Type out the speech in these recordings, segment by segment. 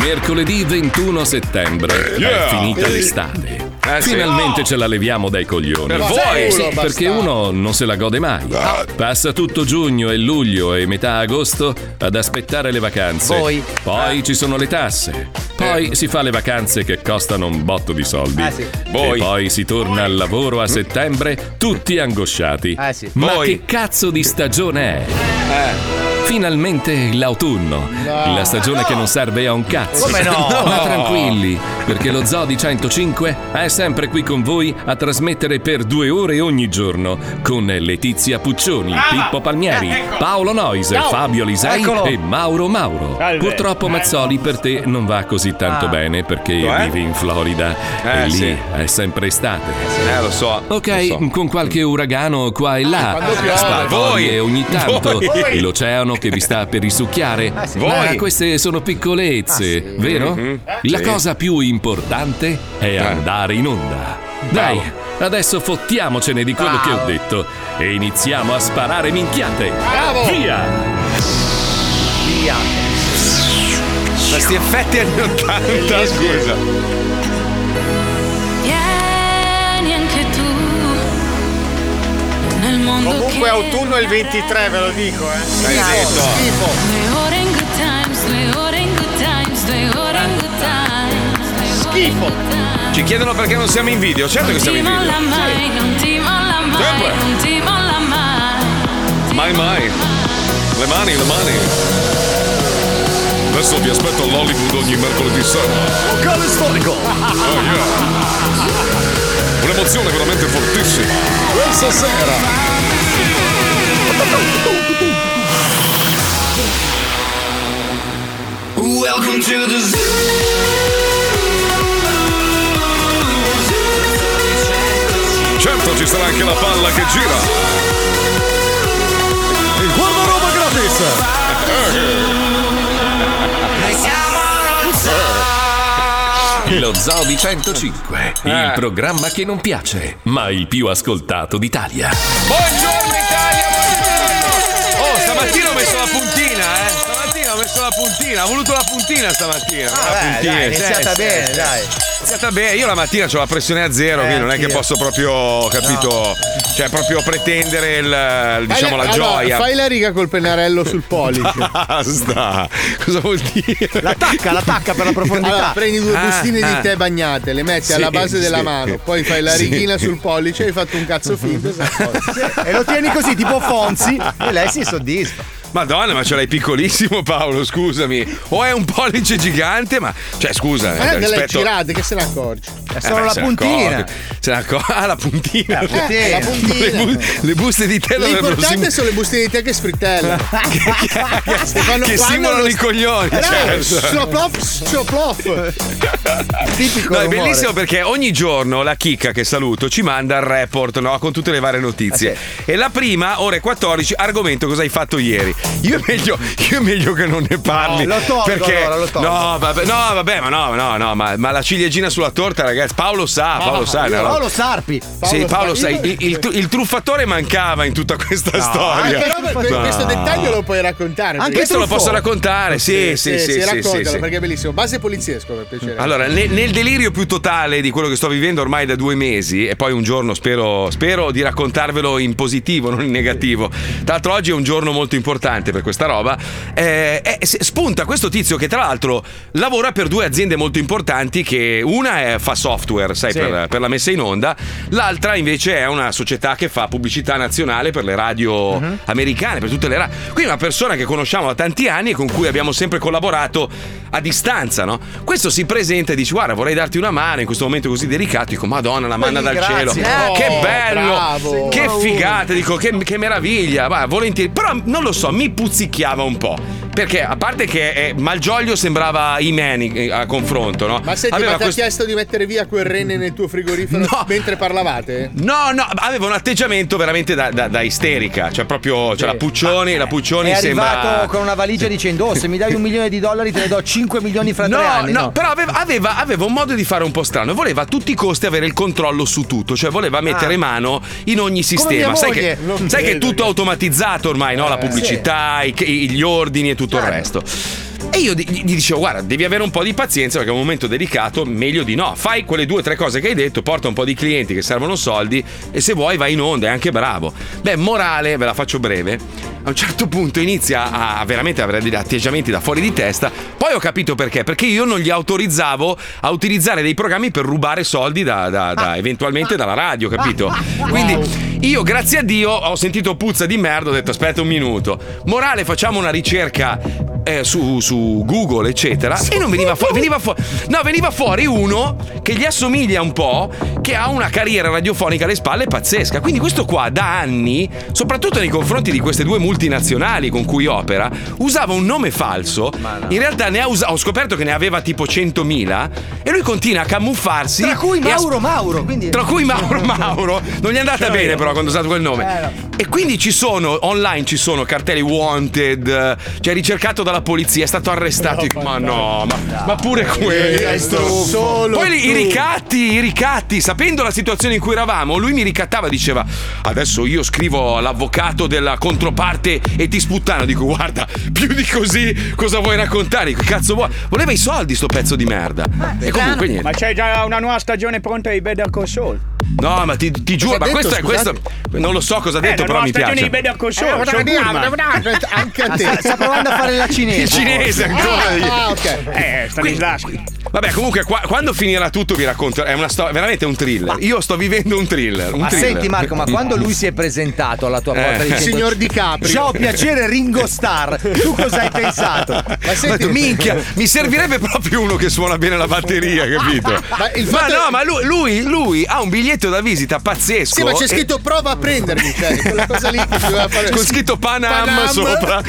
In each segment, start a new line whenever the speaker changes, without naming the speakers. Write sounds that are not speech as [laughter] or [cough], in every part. Mercoledì 21 settembre
Yeah.
è finita l'estate. Finalmente ce la leviamo dai coglioni.
Per voi! Sì,
Perché
bastardo.
uno non se la gode mai. Passa tutto giugno e luglio e metà agosto ad aspettare le vacanze.
Voi. Eh.
Poi ci sono le tasse. Poi si fa le vacanze che costano un botto di soldi.
Ah, sì.
E
Voi.
poi si torna al lavoro a settembre tutti angosciati.
Ah, sì.
Ma
Voi.
che cazzo di stagione è? Finalmente l'autunno,
No.
la stagione che non serve a un cazzo.
Come no?
[laughs] Ma
No.
tranquilli, perché lo Zoo di 105 è sempre qui con voi a trasmettere per due ore ogni giorno con Letizia Puccioni, Pippo Palmieri, Paolo Noise,
Ah, eh, ecco. Ciao.
Fabio Lisei
Eccolo.
e Mauro Mauro.
Salve.
Purtroppo Mazzoli per te non va così tanto
Ah.
bene perché
Eh?
vivi in Florida
Eh,
e lì
sì.
è sempre estate.
Eh, lo so. Eh,
Ok, con qualche uragano qua e là,
quando piove.
sparvoglie
Voi.
ogni tanto
Voi.
e l'oceano che vi sta per risucchiare.
Ah, sì.
Ma
Voi.
queste sono piccolezze, vero?
Mhm.
La
Sì. Eh.
cosa più importante è andare in onda. Dai, adesso fottiamocene di quello
Ah.
che ho detto e iniziamo a sparare minchiate.
Bravo.
Via!
Via.
Questi effetti anni 80, scusa.
Vieni anche tu nel mondo
Comunque
che
autunno è il 23, ve lo dico, eh. Schifo.
Due ore in good times, due ore in good times, due ore in good times. Schifo.
Ci chiedono perché non siamo in video. Certo che
Non
siamo
ti
in
molla
video.
mai, non ti molla mai,
Sempre.
non ti molla mai.
Mai mai. Le mani, le mani.
Adesso vi aspetto all'Hollywood ogni mercoledì sera.
Locale
[laughs]
storico.
Un'emozione veramente fortissima. Questa sera.
Welcome to the zoo.
Certo ci sarà anche la palla che gira. Il guarda roba gratis.
Eh. Lo Zoo di 105,
Eh.
il programma che non piace, ma il più ascoltato d'Italia.
Oh, stamattina ho messo la puntina, eh. Stamattina ho messo la puntina. Ho voluto la puntina stamattina.
Eh,
la
beh,
puntina.
dai, è iniziata bene, dai.
È iniziata bene. Io la mattina ho la pressione a zero,
Eh,
quindi non è che
anch'io.
posso proprio, capito, cioè proprio pretendere il, il, diciamo, la
Fai
gioia. [laughs]
Fai la riga col pennarello sul pollice.
Basta. Cosa vuol dire? La
tacca, la tacca per la
profondità.
Allora, prendi due
Ah,
bustine
ah.
di tè bagnate, le metti
Sì,
alla base della
sì.
mano, poi fai la
Sì.
righina sul pollice, hai fatto un cazzo finto. e sei a
[laughs]
posto.
E lo tieni così, tipo Fonzi, e lei si soddisfa.
Madonna, ma ce l'hai piccolissimo Paolo, scusami. O è un pollice gigante, ma cioè scusa,
Ma
eh,
è delle
rispetto
girate, che se ne accorgi?
Eh, beh, se ne accorge- Se ne accorge- ah, la puntina.
La puntina. Eh, la puntina.
Le, bu- le buste di tela dovrebbero
L'importante
sim-
sono le bustine di tè
[laughs]
che sfrittellano. [laughs]
che,
fanno-
che
fanno
simulano
lo-
i coglioni.
Eh,
certo.
Soplof,
[laughs]
soplof. Tipico
No, è
rumore.
bellissimo perché ogni giorno la chicca che saluto ci manda il report no, con tutte le varie notizie. E la prima, ore 14, argomento cosa hai fatto ieri. Io è meglio, io è meglio che non ne parli.
No, lo tolgo
perché...
allora, lo tolgo.
No, vabbè, no, vabbè, ma no, no, no, ma, ma la ciliegina sulla torta, ragazzi. Paolo sa, Ah, Paolo sa. è una roba-
Paolo Sarpi.
sì, Paolo, sai, il, il tru- il truffatore mancava in tutta questa
No,
storia.
Eh, però per- per
No.
questo dettaglio lo puoi raccontare.
Anche
perché-
questo lo posso raccontare, sì, sì, sì, sì, sì,
raccontalo
sì. Ah.
perché è bellissimo. Base poliziesco per piacere.
Allora, ne- nel, delirio più totale di quello che sto vivendo ormai da due mesi, e poi un giorno spero, spero di raccontarvelo in positivo, non in negativo. Tra l'altro, oggi è un giorno molto importante per questa roba. eh, eh, se- spunta questo tizio che, tra l'altro, lavora per due aziende molto importanti. Che una è- fa software, sai,
Sì.
per, per la messa in onda, l'altra invece è una società che fa pubblicità nazionale per le radio
Mhm.
americane, per tutte le radio. Quindi una persona che conosciamo da tanti anni e con cui abbiamo sempre collaborato a distanza, no? Questo si presenta e dice: Guarda, vorrei darti una mano in questo momento così delicato. Dico, Madonna, la manna dal
grazie.
cielo.
Eh,
Oh,
che bello!
bravo.
Che
Signora
figata! Dico, che, che meraviglia! Va, volentieri. Però non lo so, mi puzzicchiava un po'. Perché a parte che eh, Malgioglio sembrava Imani a confronto, no?
Ma senti,
Aveva
ma ti
questo-
ha chiesto di mettere via quel rene nel tuo frigorifero mentre parlavate?
No, no, aveva un atteggiamento veramente da, da- da isterica. Cioè, proprio cioè, la Puccioni, la Puccioni
Eh, È arrivato
sembra.
con una valigia dicendo: oh, se mi dai un milione di dollari, te ne do 5 milioni fra
No,
tre anni.
no, però aveva, aveva- aveva un modo di fare un po' strano. Voleva a tutti i costi avere il controllo su tutto, cioè voleva mettere
Ah.
mano in ogni
mia
sistema. Sai che,
moglie. Non
sai che è
credo
tutto automatizzato ormai, no? La pubblicità, i- i- gli ordini e tutto il resto. E io di- gli dicevo, guarda, devi avere un po' di pazienza perché è un momento delicato, meglio di no. Fai quelle due o tre cose che hai detto, porta un po' di clienti che servono soldi e se vuoi vai in onda, è anche bravo. Beh, morale, ve la faccio breve, a un certo punto inizia a a veramente avere degli atteggiamenti da fuori di testa, poi ho capito perché, perché io non gli autorizzavo a utilizzare dei programmi per rubare soldi da, da- da- eventualmente dalla radio,
[laughs]
capito? Quindi... Io, grazie a Dio, ho sentito puzza di merda, ho detto aspetta un minuto. Morale, facciamo una ricerca eh, su, su Google, eccetera. E non veniva fuori. Veniva fuori. No, veniva fuori uno che gli assomiglia un po', che ha una carriera radiofonica alle spalle pazzesca. Quindi questo qua da anni, soprattutto nei confronti di queste due multinazionali con cui opera, usava un nome falso. In realtà ne ha usa- ho scoperto che ne aveva tipo 100.000 e lui continua a camuffarsi.
Tra cui
e a-
Mauro Mauro. Quindi...
tra cui Mauro Mauro, non gli è andata bene però quando ha usato quel nome. E quindi ci sono, online ci sono cartelli wanted, eh, cioè ricercato dalla polizia, è stato arrestato. ma no, ma, ma pure
Eh,
questo.
solo
Poi li- i
tu.
ricatti, i ricatti, sapendo la situazione in cui eravamo, lui mi ricattava, diceva adesso io scrivo all'avvocato della controparte e ti sputtano. Dico guarda, più di così cosa vuoi raccontare? Che cazzo vuoi? Voleva i soldi sto pezzo di merda. E comunque niente.
Ma c'è già una nuova stagione pronta di Better Call Saul.
No, ma ti, ti giuro, ma
Cosa ha
questo è
detto,
questo. Non lo so cosa ha detto,
la
però
nuova
mi
stagione
piace.
di Better Call
Eh,
Eh,
Saul. Saul Goodman.
Anche a
Ah, Sta,
te.
sta provando a fare la
[laughs] Il
cinese.
cinese ancora.
Ah, ok.
eh, Stanislavski.
Vabbè, comunque, qua- quando finirà tutto, vi racconto. È una sto- veramente un thriller. Io sto vivendo un thriller. Un
Ma
thriller.
senti Marco, ma
[laughs]
quando lui si è presentato alla tua porta
Eh.
dicendo,
Signor Di Caprio.
Ciao, piacere Ringo Starr. Tu cosa
[laughs]
hai pensato? eh,
Ma senti,
Minchia, mi servirebbe proprio uno che suona bene la batteria, capito? Ma,
[laughs] Ma il fatto
no,
è-
ma lui, lui, lui ha un biglietto da visita pazzesco.
Sì, ma c'è
e-
scritto prova a prendermi, cioè, quella cosa lì che doveva fare.
con scritto Panam,
Panam.
sopra.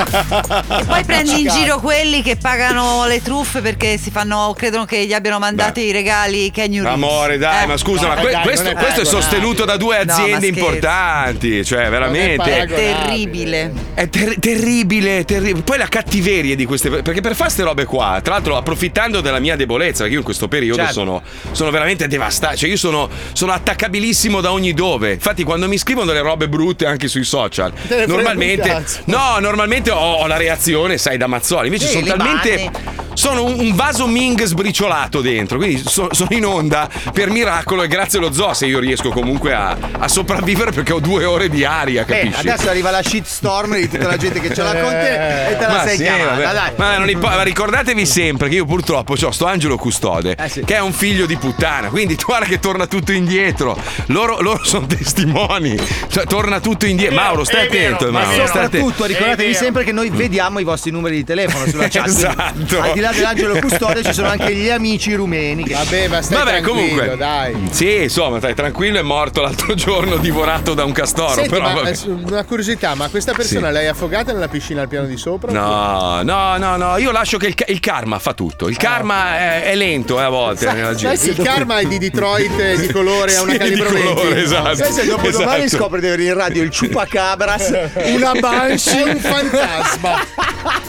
E poi prendi in giro quelli che pagano le truffe perché si fanno, credono che gli abbiano mandati
Beh.
i regali Kenny Reeves. Eh.
Amore, Eh, dai, ma scusa, ma que-
dai,
questo,
non è
questo è
paragonabile.
sostenuto da due
No, ma
aziende
scherzo.
importanti. Cioè, veramente.
È terribile.
È ter- terribile, terribile. Poi la cattiveria di queste. Perché per fare queste robe qua, tra l'altro, approfittando della mia debolezza, perché io in questo periodo
Certo.
sono, sono veramente devastato. Cioè, io sono, sono attaccabilissimo da ogni dove. Infatti, quando mi scrivono delle robe brutte anche sui social,
Te ne frega un
normalmente.
cazzo.
No, normalmente ho, ho la reazione, sai, da mazzoli. Invece
Sì,
sono
li
talmente. Sono un, un vaso Ming sbriciolato dentro, quindi so- sono in onda per miracolo e grazie allo zoo se io riesco comunque a, a sopravvivere perché ho due ore di aria,
Eh,
capisci?
adesso arriva la shitstorm di tutta la gente che ce l'ha con te e te la sei
sì,
chiamata,
vabbè.
dai.
Ma non impo- ma ricordatevi sempre che io purtroppo ho sto angelo custode
Eh, sì.
che è un figlio di puttana, quindi [laughs] guarda che torna tutto indietro. Loro, sono testimoni, cioè torna tutto indietro. Mauro, stai
è vero,
attento,
è
Mauro,
vero.
stai attento.
Soprattutto ricordatevi
È vero.
sempre che noi vediamo i vostri numeri di telefono sulla chat.
[laughs]
quindi
Esatto.
Al di là dell'angelo custode ci sono anche gli amici rumeni. Che...
Vabbè, ma stai
Mm. Vabbè,
tranquillo,
comunque.
dai.
Sì, insomma, stai tranquillo, è morto l'altro [laughs] giorno divorato da un castoro,
Senti,
però
ma,
vabbè.
eh, su- una curiosità, ma questa persona
Sì.
l'hai affogata nella piscina al piano di sopra?
No, no, no, no, io lascio che il, ca- il karma fa tutto. Il karma è, è lento eh, a volte nella gente.
Il karma è di Detroit eh, di colore a una
Sì, di
calibro 20.
colore, esatto.
Sai se dopo domani
Esatto.
scopre di avere in radio il
[laughs]
Chupacabras,
Una banshee, un fantasma.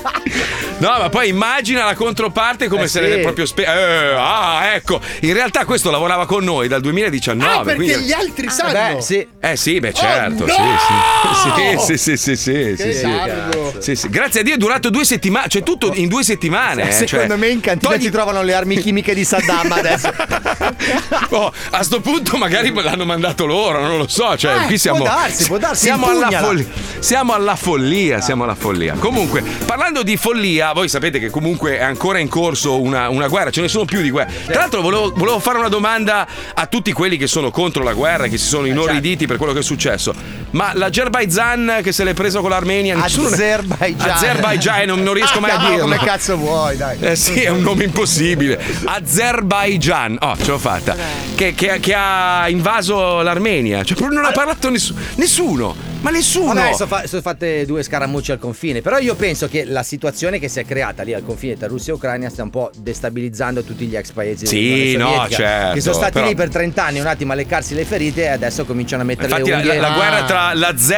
No, ma poi immagina la controparte come
Eh,
se
sì.
ne proprio spe- eh, ah, ecco. In realtà questo lavorava con noi dal 2019,
ah, perché
quindi-
gli altri sanno.
beh, sì.
Eh sì, beh certo,
Oh,
sì,
no!
sì. Sì, sì, sì, sì, sì,
Che
sì.
largo.
Sì, sì. Grazie a Dio è durato due settimane, cioè tutto in due settimane. eh,
Secondo
cioè.
me in cantina
Togli-
ci trovano le armi chimiche di Saddam adesso.
Oh, a sto punto magari me l'hanno mandato loro, non lo so. Cioè,
Eh,
qui siamo.
può darsi, può darsi,
Siamo alla,
impugnala.
fol- siamo alla follia, siamo alla follia. Comunque, parlando di follia, voi sapete che comunque è ancora in corso una, una guerra, ce ne sono più di guerre. Tra l'altro, volevo, volevo fare una domanda a tutti quelli che sono contro la guerra, che si
Eh,
sono
certo.
inorriditi per quello che è successo. Ma l'Azerbaijan che se l'è preso con l'Armenia, nessuno ne-
Azerbaigian.
Azerbaigian, non, non riesco mai a
Ah,
dirlo.
Come cazzo vuoi, dai.
Eh sì, è un nome impossibile. Azerbaijan. Oh, ce l'ho fatta.
Eh.
Che, che- che ha invaso l'Armenia. Cioè, proprio non ha parlato nessuno. Nessuno. Ma nessuno.
Vabbè, sono, fa- sono fatte due scaramucce al confine, però io penso che la situazione che si è creata lì al confine tra Russia e Ucraina stia un po' destabilizzando tutti gli ex paesi
Sì,
dell'Unione
no,
Sovietica,
certo,
che sono stati
però-
lì per 30 anni un attimo a leccarsi le ferite e adesso cominciano a mettere
Infatti
le
la,
unghie
la- la
Ah.
guerra tra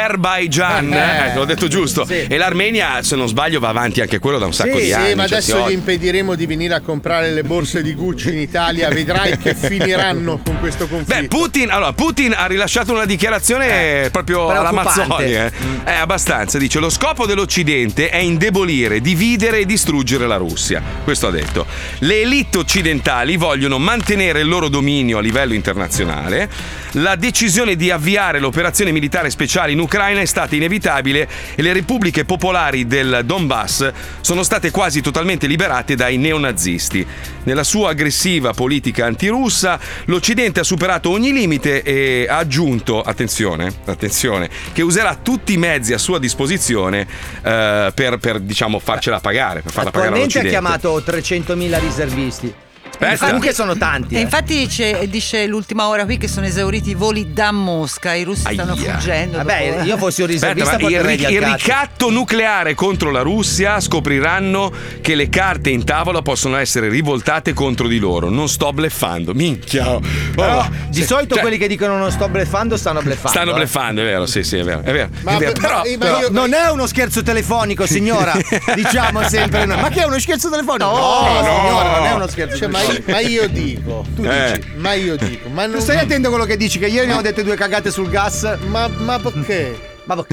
l'Azerbaijan, eh,
Eh.
l'ho detto giusto,
Sì.
e l'Armenia, se non sbaglio, va avanti anche quello da un sacco
Sì,
di
sì,
anni.
ma
cioè, si
adesso
od-
gli impediremo di venire a comprare le borse di Gucci
[laughs]
in Italia. Vedrai che finiranno con questo
Beh,
conflitto.
Putin, allora, Putin ha rilasciato una dichiarazione proprio alla
Preoccupante,
Mazzoni, eh? Eh, abbastanza. Dice: Lo scopo dell'Occidente è indebolire, dividere e distruggere la Russia. Questo ha detto. Le elite occidentali vogliono mantenere il loro dominio a livello internazionale. La decisione di avviare l'operazione militare speciale in Ucraina è stata inevitabile e le repubbliche popolari del Donbass sono state quasi totalmente liberate dai neonazisti. Nella sua aggressiva politica antirussa, l'Occidente ha superato ogni limite e ha aggiunto, attenzione, attenzione, che userà tutti i mezzi a sua disposizione eh, per, per, diciamo, farcela pagare, per farla pagare
Attualmente ha
all'Occidente.
chiamato 300.000 riservisti. Comunque sono tanti.
E
eh.
infatti dice, dice l'ultima ora qui che sono esauriti i voli da Mosca, i russi stanno
Aia.
fuggendo.
Eh,
dopo- eh.
Aspetta, ma il, ric- il ricatto nucleare contro la Russia scopriranno che le carte in tavola possono essere rivoltate contro di loro. Non sto bleffando, minchia. Oh,
Però,
se-
di solito
cioè,
quelli che dicono non sto bleffando stanno bleffando.
stanno
eh.
bleffando, è vero, sì, sì, è vero. È vero,
Ma
è vero,
per-
però,
ma io-
però-
io- non è uno scherzo telefonico,
[laughs]
signora. diciamo sempre noi. Ma che è uno scherzo telefonico?
No, no.
signora, non è uno scherzo
Cioè, ma, io,
telefonico.
ma io dico, tu
Eh.
dici, ma io
[laughs]
dico, ma non.
Stai attento a quello che dici, che ieri ne ho dette due cagate sul gas.
Ma, ma perché?
Ma,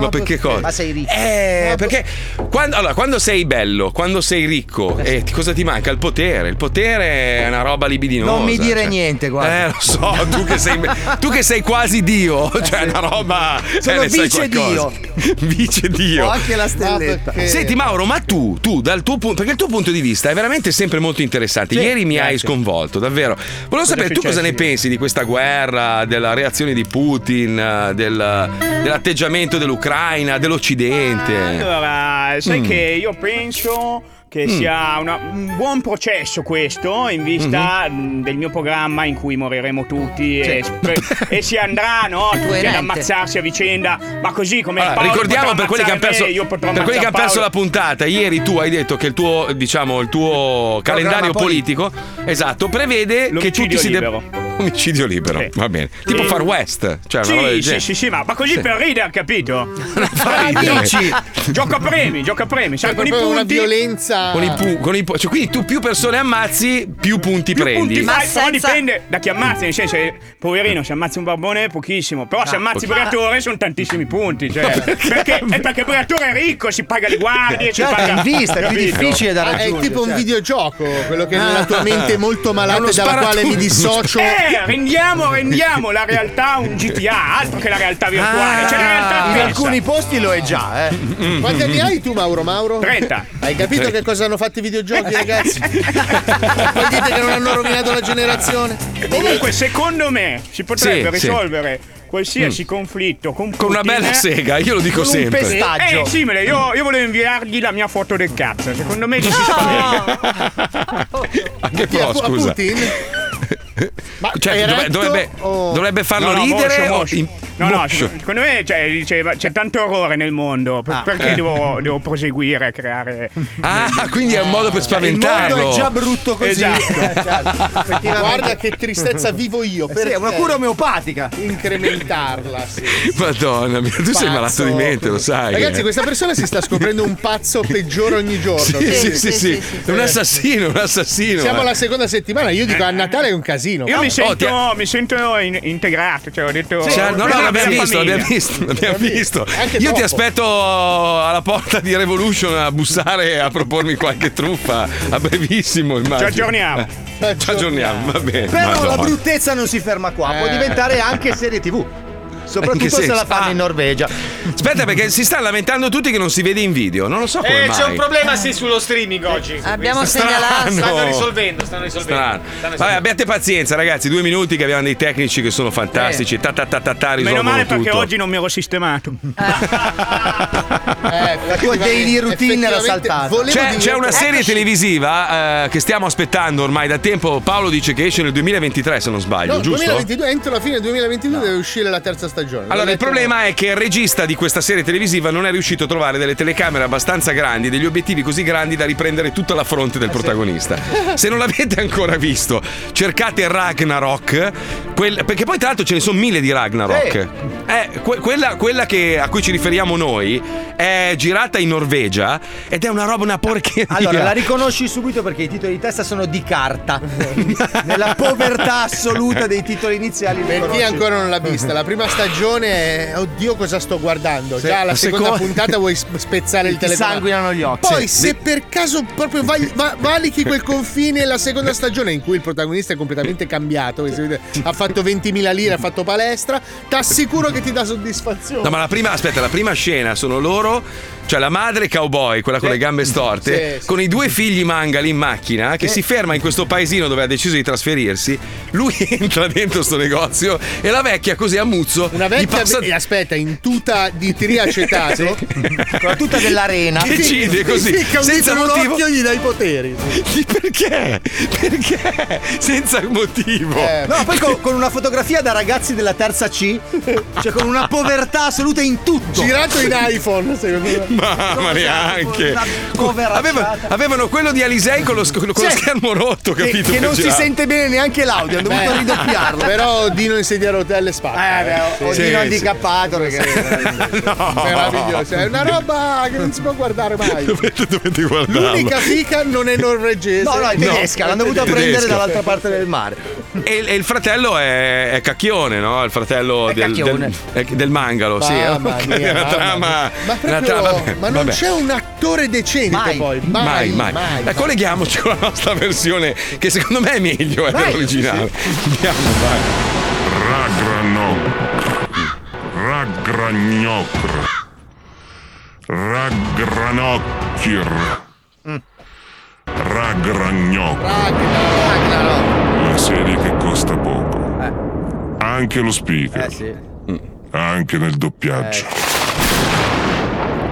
Ma perché cosa?
Ma sei ricco.
Eh, perché quando, allora, quando sei bello, quando sei ricco, eh, ti- cosa ti manca? Il potere. Il potere è una roba libidinosa.
Non mi dire
cioè.
niente, guarda.
Eh, lo so, tu che sei,
[laughs]
tu che sei quasi Dio, cioè è una roba.
Eh, Sono
eh, ne sai
vice
qualcosa. [laughs] vice Dio.
Ho anche la stelletta.
Senti Mauro, ma tu, tu dal tuo punto, perché il tuo punto di vista è veramente sempre molto interessante.
Sì,
Ieri mi hai
grazie.
sconvolto, davvero. Volevo
Cosa è
sapere tu cosa ne
successo?
pensi di questa guerra, della reazione di Putin, eh, del- dell'atteggiamento dell'Ucraina, dell'Occidente.
Eh, Allora, sai
Mm.
che io penso che
Mm.
sia una- un buon processo questo in vista
Mm-hmm.
mh, del mio programma in cui moriremo tutti e, spe- e si andrà
[laughs]
no, tutti ad
Coerente.
ammazzarsi a vicenda ma così come
Allora,
Paolo
ricordiamo
potrà
per quelli che hanno perso,
ammazzare me, io potrò
per quelli che hanno
ammazzare
perso la
Paolo.
puntata, ieri tu hai detto che il tuo, diciamo, il tuo calendario politico esatto, prevede che
L'omicidio
tutti si de-
libero.
Omicidio libero,
Sì.
va bene. Tipo
Sì.
Far West, cioè una
sì,
roba del
sì,
genere.
sì, sì, ma, ma così
Sì.
per ridere, capito?
[laughs] amici.
gioca premi, gioca premi, sai, con i punti.
proprio una violenza.
Con i pu- con i pu- cioè, quindi tu più persone ammazzi, più punti prendi.
punti fai, però dipende da chi ammazzi, nel senso, eh, poverino, se ammazzi un barbone è pochissimo, però se
Ah,
ammazzi
pochi-
Briatore sono tantissimi punti, cioè,
Ma perché?
perché, è perché Briatore è ricco, si paga le guardie, si
Certo,
paga...
in vista, è più
capito?
difficile da Ah, è raggiungere, tipo un certo. Ah. videogioco, quello che nella tua mente è molto malata
È uno
dalla quale mi
sparatutto.
dissocio.
Eh, rendiamo, rendiamo la realtà un GTA, altro che la realtà virtuale, cioè la realtà
Ah,
Mm.
in
pensa.
alcuni
posti lo è già,
Mm-hmm.
eh. Quanti anni hai tu, Mauro? Mauro?
30.
Hai capito che cosa hanno fatto i
Eh. [laughs]
videogiochi, ragazzi? Poi dite che non hanno rovinato la generazione.
Comunque, secondo me si potrebbe
Sì, sì.
risolvere qualsiasi conflitto con,
Con una
Putin,
bella sega, io lo dico
con un
sempre.
pestaggio. Eh, simile, io, io volevo inviargli la mia foto del cazzo. Secondo me ci
Ah!
si spaventa.
Anche
Chi è
però,
fu- a
scusa.
Putin?
[laughs] Cioè, dov-
Eretto
dovrebbe,
o-
dovrebbe farlo
No, no,
ridere
moscio,
o
moscio.
in-
No, no,
moscio?
secondo me cioè, diceva, c'è tanto orrore nel mondo. per-
Ah.
perché
Eh.
devo, devo proseguire a creare.
Ah, quindi è un modo per
Cioè, il mondo
spaventarlo.
è già brutto così.
Esatto.
certo. Guarda che tristezza vivo io.
Eh
Per
sì, è una
te.
cura omeopatica.
Incrementarla, sì.
Madonna mia, tu sei
Pazzo.
malato di mente, lo sai.
Ragazzi,
eh.
questa persona si sta scoprendo un pazzo peggiore ogni giorno.
Sì, sì, sì, sì. È un assassino, un assassino.
Siamo
eh. Ah, oh,
alla seconda settimana, io dico a Natale è un casino.
Io mi
so
sento, mi sento in- integrato, cioè [laughs] ho detto.
Cioè, no,
"Questa
no,
è la
l'abbiamo
mia
visto,
famiglia".
l'abbiamo visto, l'abbiamo visto.
Anche
Io ti
troppo.
aspetto alla porta di Revolution a bussare e a propormi qualche truffa a brevissimo, immagino.
aggiorniamo.
Eh, Ci aggiorniamo, va bene.
Però
Madonna.
la bruttezza non si ferma qua, può
Eh.
diventare anche serie TV.
Anche
Eh,
Soprattutto se
se-
la fanno
ah.
in Norvegia.
Aspetta, perché si sta lamentando tutti che non si vede in video. Non lo so come
Eh,
mai.
c'è un problema sì sullo streaming
Eh,
oggi.
Abbiamo
Stanno-
segnalato.
Stanno risolvendo, stanno risolvendo.
Strano.
Stanno
Vabbè, abbiate pazienza, ragazzi. Due minuti che abbiamo dei tecnici che sono
Eh.
fantastici. Ta ta ta ta ta,
Meno
risolvono
male perché
tutto.
oggi non mi ero sistemato. [laughs]
la
tua daily routine era saltata.
Cioè,
C'è, c'è una serie televisiva eh, che stiamo aspettando ormai da tempo. Paolo dice che esce nel 2023, se non sbaglio,
No,
Ah, giusto?
2022, entro la fine del 2022 deve uscire la terza stagione.
Allora, il problema è che il regista di questa serie televisiva non è riuscito a trovare delle telecamere abbastanza grandi, degli obiettivi così grandi da riprendere tutta la fronte
Ah,
del protagonista.
[laughs]
Se non l'avete ancora visto, cercate Ragnarok, quel- perché poi tra l'altro ce ne sono mille di Ragnarok. Eh, que- quella quella che- a cui ci riferiamo noi è girata in Norvegia ed è una roba, una porcheria.
Ah, Allora, la riconosci subito perché i titoli di testa sono di carta. [laughs] Nella povertà assoluta
[laughs]
dei titoli iniziali.
Per chi ancora non l'ha vista, la prima stagione è oddio cosa sto guardando. Già alla
La
seconda
seconda-
puntata vuoi sp- spezzare il
Ti
telefono.
sanguinano gli occhi.
Poi
Sì.
se per caso proprio vai- va- valichi quel confine la seconda stagione in cui il protagonista è completamente cambiato, che si vede- ha fatto 20.000 lire, ha fatto palestra, ti assicuro che ti dà soddisfazione.
No, ma la prima, aspetta, la prima scena sono loro, cioè la madre cowboy, quella con le gambe storte,
Sì, sì.
con i due figli mangali in macchina, che si ferma in questo paesino dove ha deciso di trasferirsi. Lui [laughs] entra dentro sto negozio e la vecchia, così a muzzo,
Una
gli
vecchia
passa
e aspetta in tuta di triacetato
con la tuta dell'arena
Decide così, senza
senza
motivo.
occhio gli dai poteri
perché? Perché? Senza motivo.
Eh,
Eh.
No, poi con, con una fotografia da ragazzi della terza C, cioè con una povertà assoluta in tutto.
Girato in
[laughs]
iPhone, secondo me.
[laughs] Mamma neanche. Aveva- avevano quello di Alisei con lo, sc- con lo
Sì.
schermo rotto, capito? per girare.
bene neanche l'audio,
hanno dovuto ridoppiarlo.
Però Dino in sedia a rotelle spacca. Eh,
beh, o Sì, Dino sì.
handicappato,
[laughs] No.
Meraviglioso, cioè, è una roba che non si può guardare mai.
Dovete, dovete guardarlo.
L'unica fica non è norvegese.
No, no, è tedesca, l'hanno dovuta
Tedesca.
prendere dall'altra parte del mare.
E, e il fratello è, è cacchione, no? Il fratello del,
cacchione.
del, eh, del mangalo, sì. [laughs]
Mamma
Ok,
mia,
una
mamma
trama.
Ma
Ah, una
proprio-
trama- vabbè,
ma non
vabbè.
c'è un attore decente poi.
mai, mai. Eh, colleghiamoci con la nostra versione, che secondo me è meglio, è
Vai.
l'originale. Andiamo, vai.
Ragranok. Ragragnocr. Ragranocchir. Ragragnocr. La serie che costa poco.
Eh.
Anche lo speaker. Mm. Anche nel doppiaggio.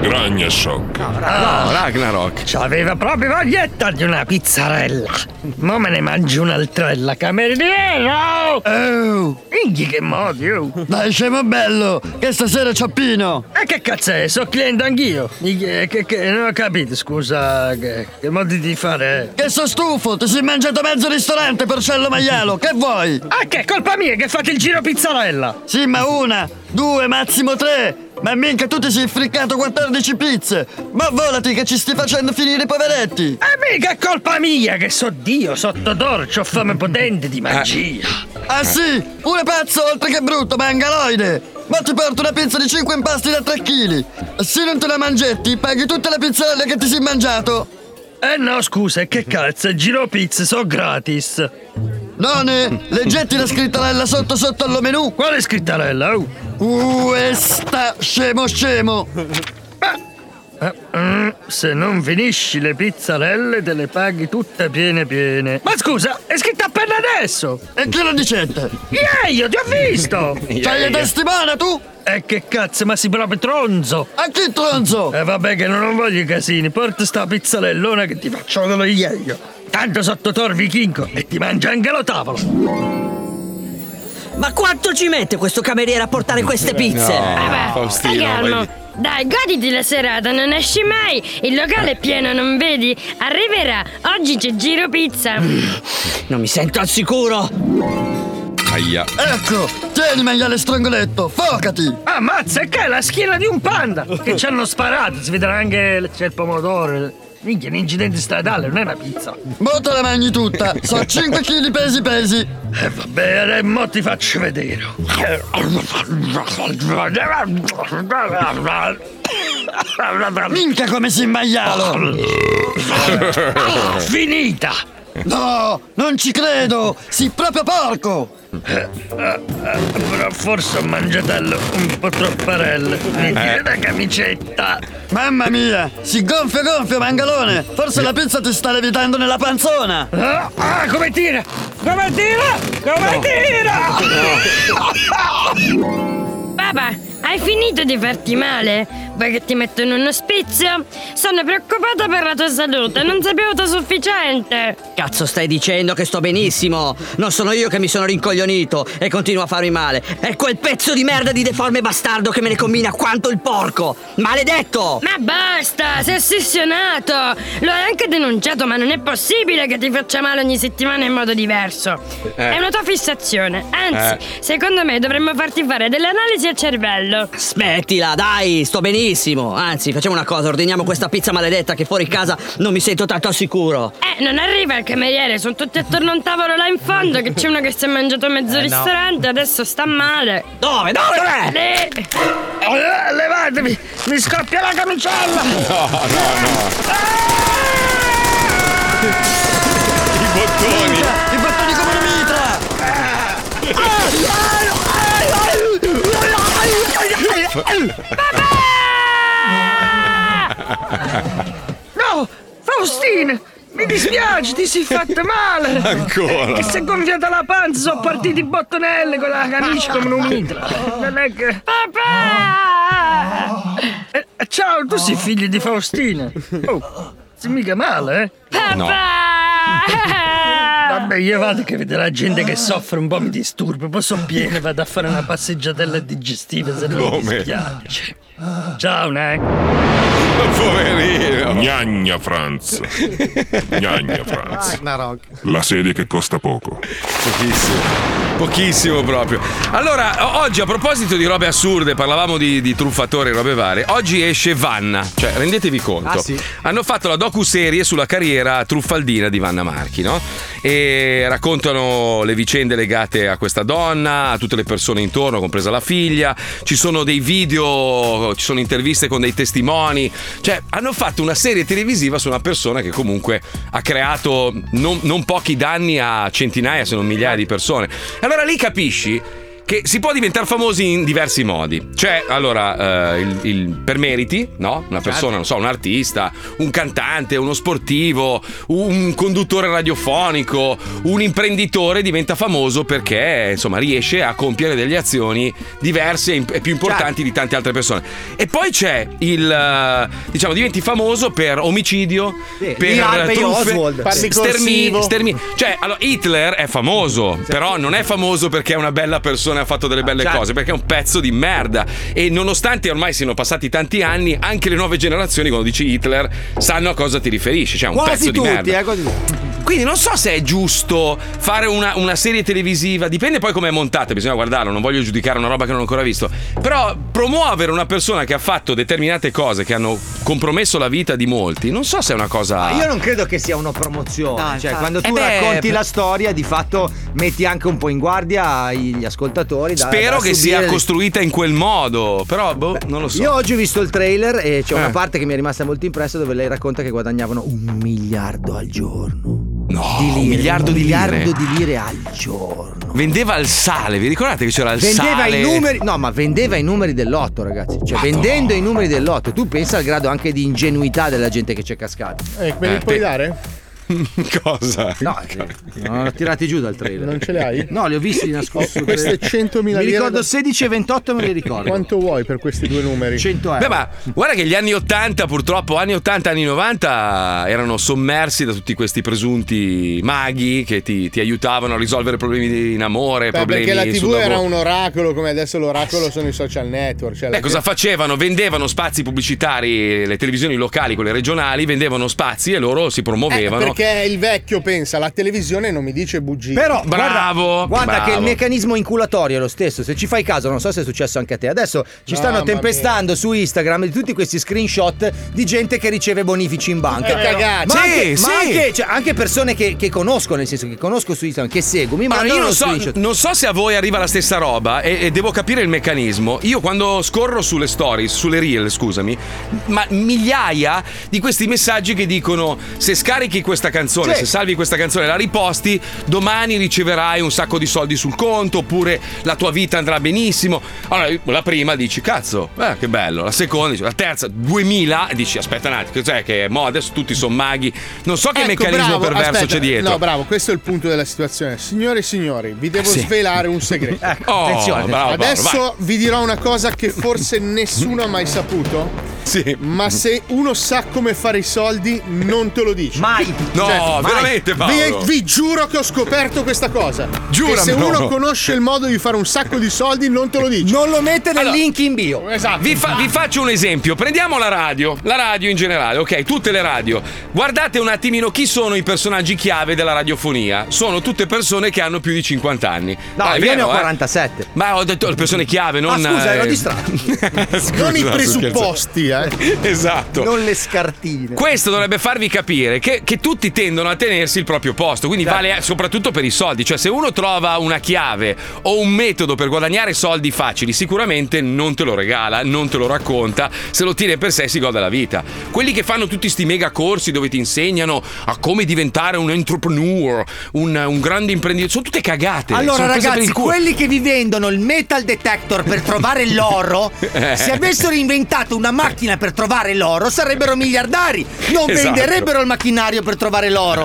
Gragna shock.
Eh, No, Ragnarok.
C'aveva proprio voglia di una pizzarella. Ma me ne mangio un'altra alla cameriera. Oh, inghi che modio.
Dai, scemo bello, che stasera c'ho Pino.
E che cazzo è? Sono cliente anch'io. Mi- Che, che- che- non ho capito, scusa. Che, che modi di fare?
Che sto stufo, ti sei mangiato mezzo ristorante, porcello maialo, che vuoi?
Ah, che è colpa mia che fate il giro pizzarella?
Sì, ma una, due, massimo tre. Ma minchia, tu ti sei friccato 14 pizze. Ma volati che ci stai facendo finire i poveretti.
E Eh, mica è colpa mia che so Dio, sotto torcio, ho fame potente di magia.
Ah sì, pure pezzo oltre che brutto, mangaloide. Ma ti porto una pizza di 5 impasti da 3 kg. Se non te la mangetti, paghi tutte le pizzarelle che ti sei mangiato.
Eh no, scusa, e che cazzo, giro pizze sono gratis.
None, leggetti la scrittarella sotto sotto allo menù.
Quale scrittarella? Oh?
Uh. Uesta, scemo scemo.
Mm, se non finisci le pizzarelle te le paghi tutte piene piene. Ma scusa, è scritta appena adesso!
E chi lo dicette?
Yeah, io ti ho
[laughs]
visto!
C'hai le testimone tu?
E che cazzo, ma si proprio tronzo!
A chi tronzo?
E vabbè che non voglio i casini, porta sta pizzarellona che ti faccio dello ieio. Tanto sotto torvi chinco e ti mangia anche lo tavolo.
Ma quanto ci mette questo cameriere a portare queste pizze? Eh,
Vabbè, stai calmo. Dai, goditi la serata, non esci mai. Il locale è pieno, non vedi? Arriverà. Oggi c'è giro
[laughs]
pizza.
Non mi sento al sicuro.
Aia.
Ecco, tieni maiale strongoletto, focati.
Ammazza, e che è la schiena di un panda! Che ci hanno sparato, si vedrà anche il- c'è il pomodoro. Minchia, un incidente stradale, non è una pizza.
Mo te la mangi tutta,
[laughs]
so 5 kg pesi pesi.
E vabbè, adesso mo ti faccio vedere.
Minchia come si immaialo.
Ah, finita!
No, non ci credo, sei proprio porco.
Ah, ah, Però forse ho mangiatello un po' tropparelle. Mi tira la camicetta.
Mamma mia, si gonfio gonfio mangalone, forse la pizza ti sta levitando nella panzona.
Ah, ah, come tira? Come tira? Come tira?
Papà, hai finito di farti male? vuoi che ti metto in un ospizio? Sono preoccupata per la tua salute, non sei bevuto sufficiente.
Cazzo, stai dicendo che sto benissimo! Non sono io che mi sono rincoglionito e continuo a farmi male. È quel pezzo di merda di deforme bastardo che me ne combina quanto il porco! Maledetto!
Ma basta, sei ossessionato! Lo hai anche denunciato, ma non è possibile che ti faccia male ogni settimana in modo diverso.
Eh.
È una tua fissazione. Anzi,
Eh.
secondo me dovremmo farti fare delle analisi al cervello.
Smettila, dai, sto benissimo. Anzi, facciamo una cosa, ordiniamo questa pizza maledetta che fuori casa non mi sento tanto al sicuro.
Eh, non arriva il cameriere, sono tutti attorno a un tavolo là in fondo che c'è uno che si è mangiato mezzo
Eh, no.
ristorante adesso sta male.
Dove? Dove?
Lì.
Eh, Levatemi! Mi scoppia la camicella!
No, no, no.
I bottoni!
I bottoni come una mitra!
[laughs]
No! Faustina! Mi dispiace, ti sei
[laughs]
fatta male!
Ancora.
Che si è gonfiata la panza, sono partiti i bottonelli con la camicia come un mitra! Non è che. Papà! ciao, tu sei figlio di Faustina! Oh, sei mica male, eh?
No.
Vabbè, io vado che vedo la gente che soffre un po' mi disturba, poi sono pieno, vado a fare una passeggiatella digestiva se non mi
Come?
dispiace. Ciao, Nec.
Poverino.
Gnagna Franz. Gnagna Franz. La serie che costa poco.
Pochissimo. Pochissimo proprio. Allora, o- oggi a proposito di robe assurde, parlavamo di, di truffatori e robe varie. Oggi esce Vanna, cioè rendetevi conto.
Ah, sì.
Hanno fatto la docu-serie sulla carriera truffaldina di Vanna Marchi, no? E raccontano le vicende legate a questa donna, a tutte le persone intorno, compresa la figlia. Ci sono dei video, ci sono interviste con dei testimoni. Cioè, hanno fatto una serie televisiva su una persona che comunque ha creato non, non pochi danni a centinaia, se non migliaia di persone. Allora lì capisci che si può diventare famosi in diversi modi. Cioè, allora, eh, il- il- per meriti, no? Una persona, non so, un artista, un cantante, uno sportivo, un conduttore radiofonico, un imprenditore diventa famoso perché, insomma, riesce a compiere delle azioni diverse e imp- e più importanti di tante altre persone. E poi c'è il, eh, diciamo, diventi famoso per omicidio,
Sì. Lee
per
Harvey Oswald.
truffe,
Parli
stermi,
corsivo.
stermi- Cioè, allora, Hitler è famoso, però non è famoso perché è una bella persona e ha fatto delle belle
certo.
cose, perché è un pezzo di merda. E nonostante ormai siano passati tanti anni, anche le nuove generazioni, quando dici Hitler, sanno a cosa ti riferisci. Cioè, è un
Quasi
pezzo di
tutti,
merda.
eh, quasi tutti.
Quindi non so se è giusto fare una, una serie televisiva, dipende poi come è montata, bisogna guardarlo, non voglio giudicare una roba che non ho ancora visto, però promuovere una persona che ha fatto determinate cose che hanno compromesso la vita di molti, non so se è una cosa...
Ma Io non credo che sia una promozione.
No,
cioè,
infatti.
quando tu
Ah. Eh beh,
racconti
per-
la storia, di fatto metti anche un po' in guardia gli ascoltatori. da-
Spero
da
che
subire
sia
le-
costruita in quel modo, però boh, non lo so.
Io oggi ho visto il trailer e c'è una
Eh.
parte che mi è rimasta molto impressa dove lei racconta che guadagnavano un miliardo al giorno.
No,
Di lire,
un miliardo di lire.
miliardo di lire al giorno.
Vendeva il sale, vi ricordate che c'era il
Vendeva
sale?
i numeri, no, ma vendeva i numeri dell'otto, ragazzi. Cioè,
Madonna.
vendendo i numeri dell'otto, tu pensa al grado anche di ingenuità della gente che c'è cascata.
Eh, me li
Eh,
puoi
te-
dare?
[laughs] Cosa?
No, non l'ho tirati giù dal trailer.
Non ce le hai?
No, li ho visti di nascosto. sul
Queste
trailer.
100.000 lire.
Mi ricordo
da-
16 e 28, me li ricordo.
Quanto vuoi per questi due numeri?
100
Beh, ma guarda che gli anni 80, purtroppo, anni 80, anni 90 erano sommersi da tutti questi presunti maghi che ti, ti aiutavano a risolvere problemi di- in amore,
Beh,
problemi
perché la
sul
TV
lavoro.
era un oracolo, come adesso l'oracolo sono i social network. Cioè la
Beh, cosa
gente-
facevano? Vendevano spazi pubblicitari, le televisioni locali, quelle regionali, vendevano spazi e loro
Eh,
si promuovevano.
eh, Perché il vecchio pensa, la televisione non mi dice bugie.
Però
Bravo,
guarda, guarda
bravo.
che il meccanismo inculatorio è lo stesso. Se ci fai caso, non so se è successo anche a te. Adesso ci stanno
Mamma
tempestando su Instagram di tutti questi screenshot di gente che riceve bonifici in banca.
Eh, cagate.
Ma,
Sì,
anche, ma
sì.
anche, cioè, anche persone che, che conosco, nel senso che conosco su Instagram, che seguo, mi
Ma
mandano
io
lo
non so,
screenshot.
non so se a voi arriva la stessa roba e, e devo capire il meccanismo. Io quando scorro sulle stories, sulle reel, scusami, ma migliaia di questi messaggi che dicono se scarichi questa questa canzone,
Sì.
se salvi questa canzone e la riposti, domani riceverai un sacco di soldi sul conto oppure la tua vita andrà benissimo. Allora, la prima dici, cazzo, eh, che bello. La seconda, dici, la terza, 2000, e dici, aspetta un attimo, cos'è che mo adesso tutti sono maghi. Non so che
Ecco,
meccanismo
bravo,
perverso
aspetta,
c'è dietro.
No, bravo, questo è il punto della situazione. Signore e signori, vi devo
Sì.
svelare un segreto.
Oh, Attenzione. bravo, bravo,
Adesso
vai.
vi dirò una cosa che forse nessuno ha mai saputo.
Sì.
Ma se uno sa come fare i soldi, non te lo dice. Mai.
No, veramente, Paolo?
Vi, vi giuro che ho scoperto questa cosa.
Giuramelo.
Che se uno conosce il modo di fare un sacco di soldi, non te lo dice. Non lo mette nel link in bio. Esatto.
Vi, fa- vi faccio un esempio, prendiamo la radio, la radio in generale, ok, tutte le radio. Guardate un attimino chi sono i personaggi chiave della radiofonia. Sono tutte persone che hanno più di 50 anni.
No,
Ah, è
io
vero,
ne ho
eh?
47.
Ma ho detto le persone chiave, non.
Ah, scusa, ero
eh,
distratto.
scusa,
non i
sto
presupposti, eh.
Esatto.
Non le scartine.
Questo dovrebbe farvi capire che, che tutti tendono a tenersi il proprio posto, quindi
Certo.
vale soprattutto per i soldi. Cioè, se uno trova una chiave o un metodo per guadagnare soldi facili, sicuramente non te lo regala, non te lo racconta, se lo tiene per sé e si gode la vita. Quelli che fanno tutti sti mega corsi dove ti insegnano a come diventare un entrepreneur, un, un grande imprenditore, sono tutte cagate.
Allora
sono prese per
ragazzi,
il culo. [laughs]
quelli che vi vendono il metal detector per trovare l'oro,
[laughs] Eh.
se avessero inventato una macchina per trovare l'oro, sarebbero miliardari. Non
Esatto.
venderebbero il macchinario per trovare l'oro.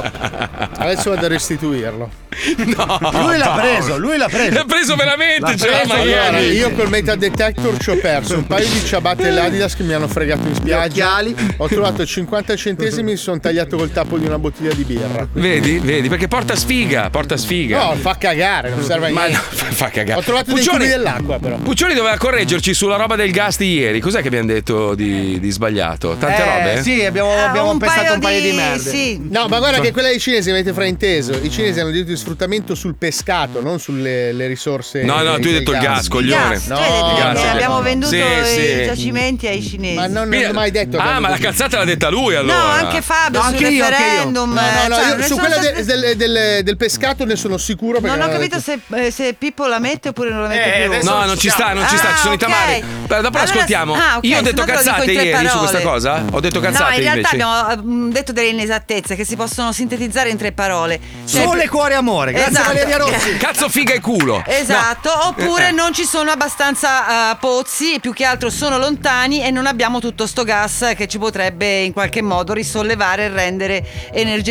Adesso vado a restituirlo.
lui l'ha
Paolo.
preso, lui l'ha preso.
L'ha preso
veramente, cioè,
L'ha preso, allora, io col metal detector ci ho perso un paio di ciabatte Adidas che mi hanno fregato in spiaggia. Ho trovato 50 centesimi e sono tagliato col tappo di una bottiglia di birra.
Vedi, vedi, perché porta sfiga, porta sfiga.
No, fa cagare, non serve a
Ma
niente.
no, [laughs] fa, fa cagare.
Ho trovato dei
Puccioni,
cubi dell'acqua, però.
Puccioni doveva correggerci sulla roba del gas di ieri. Cos'è che abbiamo detto di, di sbagliato? Tante
Eh,
robe?
sì,
abbiamo,
abbiamo
un
pensato
paio
un paio di,
di-
merde.
sì.
No, ma guarda che quella dei cinesi avete frainteso. I cinesi hanno diritto di sfruttamento sul pescato, non sulle le risorse.
No, no, tu hai detto il gas, coglione.
No,
Tu hai detto che
gas.
abbiamo venduto
Sì,
i
sì.
giacimenti ai cinesi. Ma
non l'ho mai detto.
Ah, ma la cazzata l'ha detta lui allora.
No, anche
Ah,
Fabio
No,
sul
anche io, anche io.
referendum.
No, no, no,
cioè,
io
ne
su
sono
quella
già-
de- del, del- del pescato ne sono sicuro perché.
Non ho
l'hanno
capito
detto.
se, eh, se Pippo la mette oppure non la
eh,
mette più.
No, Eh, non ci sta, non ci sta,
Ah,
ci sono
ok.
i tamari. Però dopo
Allora-
ascoltiamo.
ah, ok,
Io ho
se
detto
no te lo dico in
cazzate
tre
ieri su
parole.
questa cosa? Ho detto
No,
cazzate
in realtà
invece.
abbiamo mm, detto delle inesattezze che si possono sintetizzare in tre parole. Cioè-
Sole, cuore, amore. Grazie
Esatto. [laughs]
Valeria
[laughs]
Rossi.
Cazzo, figa e culo.
Esatto,
No.
oppure
Eh.
non ci sono abbastanza eh, pozzi, più che altro sono lontani e non abbiamo tutto sto gas che ci potrebbe in qualche modo risollevare e rendere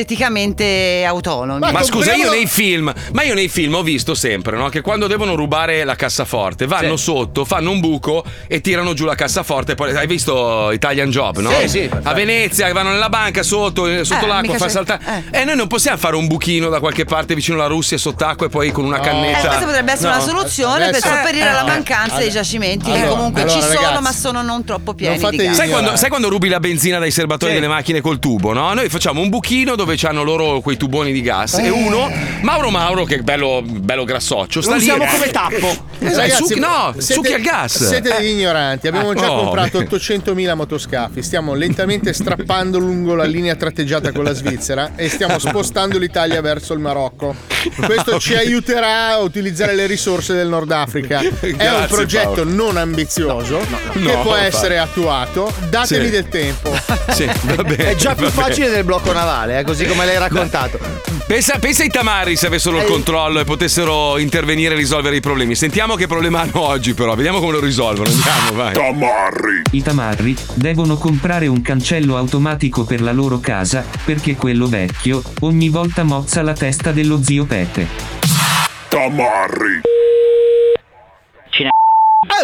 energeticamente autonomi.
Ma, scusa, io nei film, ma io nei film ho visto sempre, no? Che quando devono rubare la cassaforte, vanno sotto, fanno un buco e tirano giù la cassaforte. Poi, hai visto Italian Job, no?
Sì, sì,
A Venezia vanno nella banca sotto, eh, sotto
Eh,
l'acqua,
mica
fa
se-
saltare.
eh.
E noi non possiamo fare un buchino da qualche parte vicino alla Russia sott'acqua e poi con una
Eh,
cannetta.
questa potrebbe essere
No.
una soluzione
Adesso-
per sopperire
eh,
alla
eh,
mancanza dei
allora-
giacimenti che
allora-
comunque ci
allora,
sono
ragazzi,
ma sono non troppo pieni di gas.
Sai
Eh.
Eh,
quando, sai quando rubi la benzina dai serbatoi delle macchine col tubo, no? Noi facciamo un buchino dove c'hanno loro quei tuboni di gas
Eh.
e uno, Mauro Mauro, che è bello, bello grassoccio, sta
Lo
lì.
usiamo
e-
come tappo.
Eh,
Ragazzi,
succhi- no,
siete-
succhi al gas.
Siete degli
Eh.
ignoranti. Abbiamo già
No. [laughs]
comprato 800.000 motoscafi. Stiamo lentamente strappando lungo la linea tratteggiata con la Svizzera
[laughs]
e stiamo spostando l'Italia verso il Marocco. Questo ci aiuterà a utilizzare le risorse del Nord Africa. È un
Grazie,
progetto
Paolo.
non ambizioso
no.
che
No,
può
Paolo.
essere attuato. Datevi
Sì.
del tempo.
[laughs] Sì, va bene,
È già più
va bene.
facile del blocco navale, eh, così come l'hai raccontato.
Pensa, pensa ai tamari se avessero
Eh.
il controllo e potessero intervenire e risolvere i problemi. Sentiamo che problema hanno oggi, però, vediamo come lo risolvono. Andiamo, vai.
Tamarri! I tamarri devono comprare un cancello automatico per la loro casa, perché quello vecchio ogni volta mozza la testa dello zio Pepe.
Tamarri!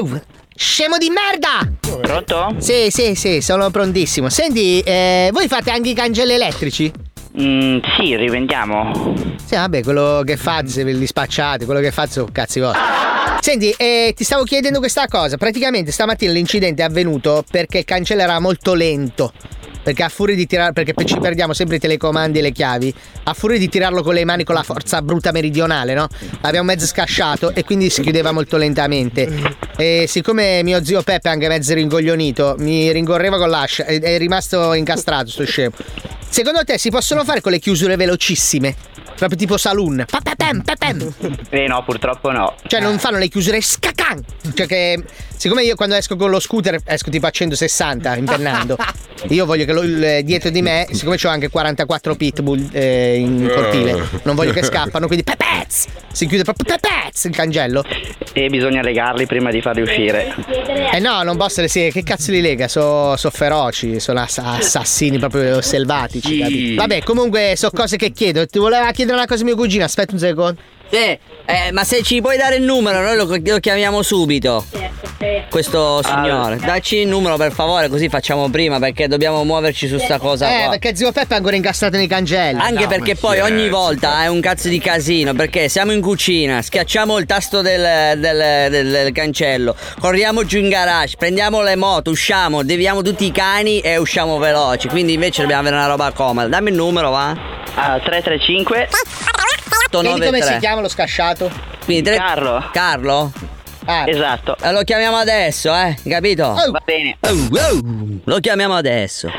Oh, scemo di merda!
Pronto?
Sì, sì, sì, sono prontissimo. Senti, eh, voi fate anche i cancelli elettrici?
Mm, sì, rivendiamo.
Sì, vabbè, quello che fate, se ve li spacciate, quello che fate sono cazzi vostri. Senti, eh, ti stavo chiedendo questa cosa. Praticamente stamattina l'incidente è avvenuto perché il cancello era molto lento. Perché a furia di tirare, perché ci perdiamo sempre i telecomandi e le chiavi, a furia di tirarlo con le mani con la forza bruta meridionale, no? L'abbiamo mezzo scasciato e quindi si chiudeva molto lentamente. E siccome mio zio Peppe è anche mezzo ringoglionito, mi ringorreva con l'ascia, ed è rimasto incastrato sto scemo. Secondo te si possono fare con le chiusure velocissime? Proprio tipo saloon. Pa, pa, pam, pa, pam.
Eh no, purtroppo no.
Cioè non fanno le chiusure scacan. Cioè che siccome io quando esco con lo scooter esco tipo a 160
[laughs]
impennando. Io voglio che lo- il- eh, dietro di me, siccome ho anche 44 pitbull eh, in cortile, non voglio che scappano, quindi pepez! Si chiude proprio pepez il cancello.
E bisogna legarli prima di farli uscire.
Eh no, non posso, sì, che cazzo li lega? Sono feroci, sono ass- assassini proprio selvatici.
Sì.
capi? Vabbè, comunque so cose che chiedo. Ti voleva chiedere una cosa mio cugino, aspetta un secondo.
Sì, eh, ma se ci puoi dare il numero, noi lo, lo chiamiamo subito. Questo signore. Dacci il numero per favore, così facciamo prima, perché dobbiamo muoverci su sta cosa
eh,
qua.
perché zio Peppe è ancora incastrato nei cancelli.
Esatto.
Eh,
Anche
No,
perché
ma-
poi ogni volta è un cazzo di casino, perché siamo in cucina, schiacciamo il tasto del, del- del- del cancello, corriamo giù in garage, prendiamo le moto, usciamo, deviamo tutti i cani e usciamo veloci. Quindi invece dobbiamo avere una roba comoda. Dammi il numero, va?
Ah, 335.
Vedi come si chiama lo scasciato? Ah.
Carlo. Carlo?
Esatto.
Eh, Lo chiamiamo adesso, eh? Capito?
Oh. Va bene.
Oh, oh, Lo chiamiamo adesso.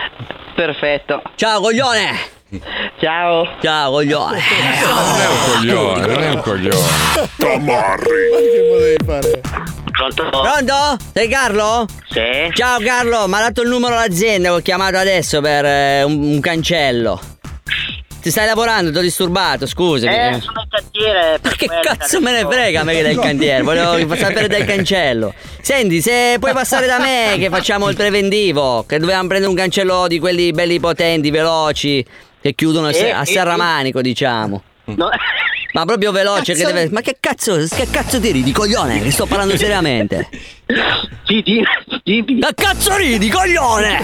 Perfetto.
Ciao coglione!
Ciao.
Ciao coglione.
Coglione, non è un coglione. Tamarri.
Pronto?
Pronto? Sei Carlo?
Sì.
Ciao Carlo, mi ha dato il numero all'azienda, ho chiamato adesso per eh, un, un cancello. Ti stai lavorando, ti ho disturbato, scusami.
Eh, sono il cantiere.
Ma che cazzo me ne frega a me che del
No.
[laughs]
cantiere?
[laughs]
Volevo sapere del cancello. Senti, se puoi passare da me che facciamo il preventivo, che dovevamo prendere un cancello di quelli belli potenti, veloci, che chiudono a se-
Eh,
a
eh,
serramanico, diciamo.
No.
Ma proprio veloce che
Cazzo.
deve. Ma che cazzo, che cazzo ti ridi, coglione? Che sto
[laughs]
parlando seriamente. Che cazzo ridi, coglione?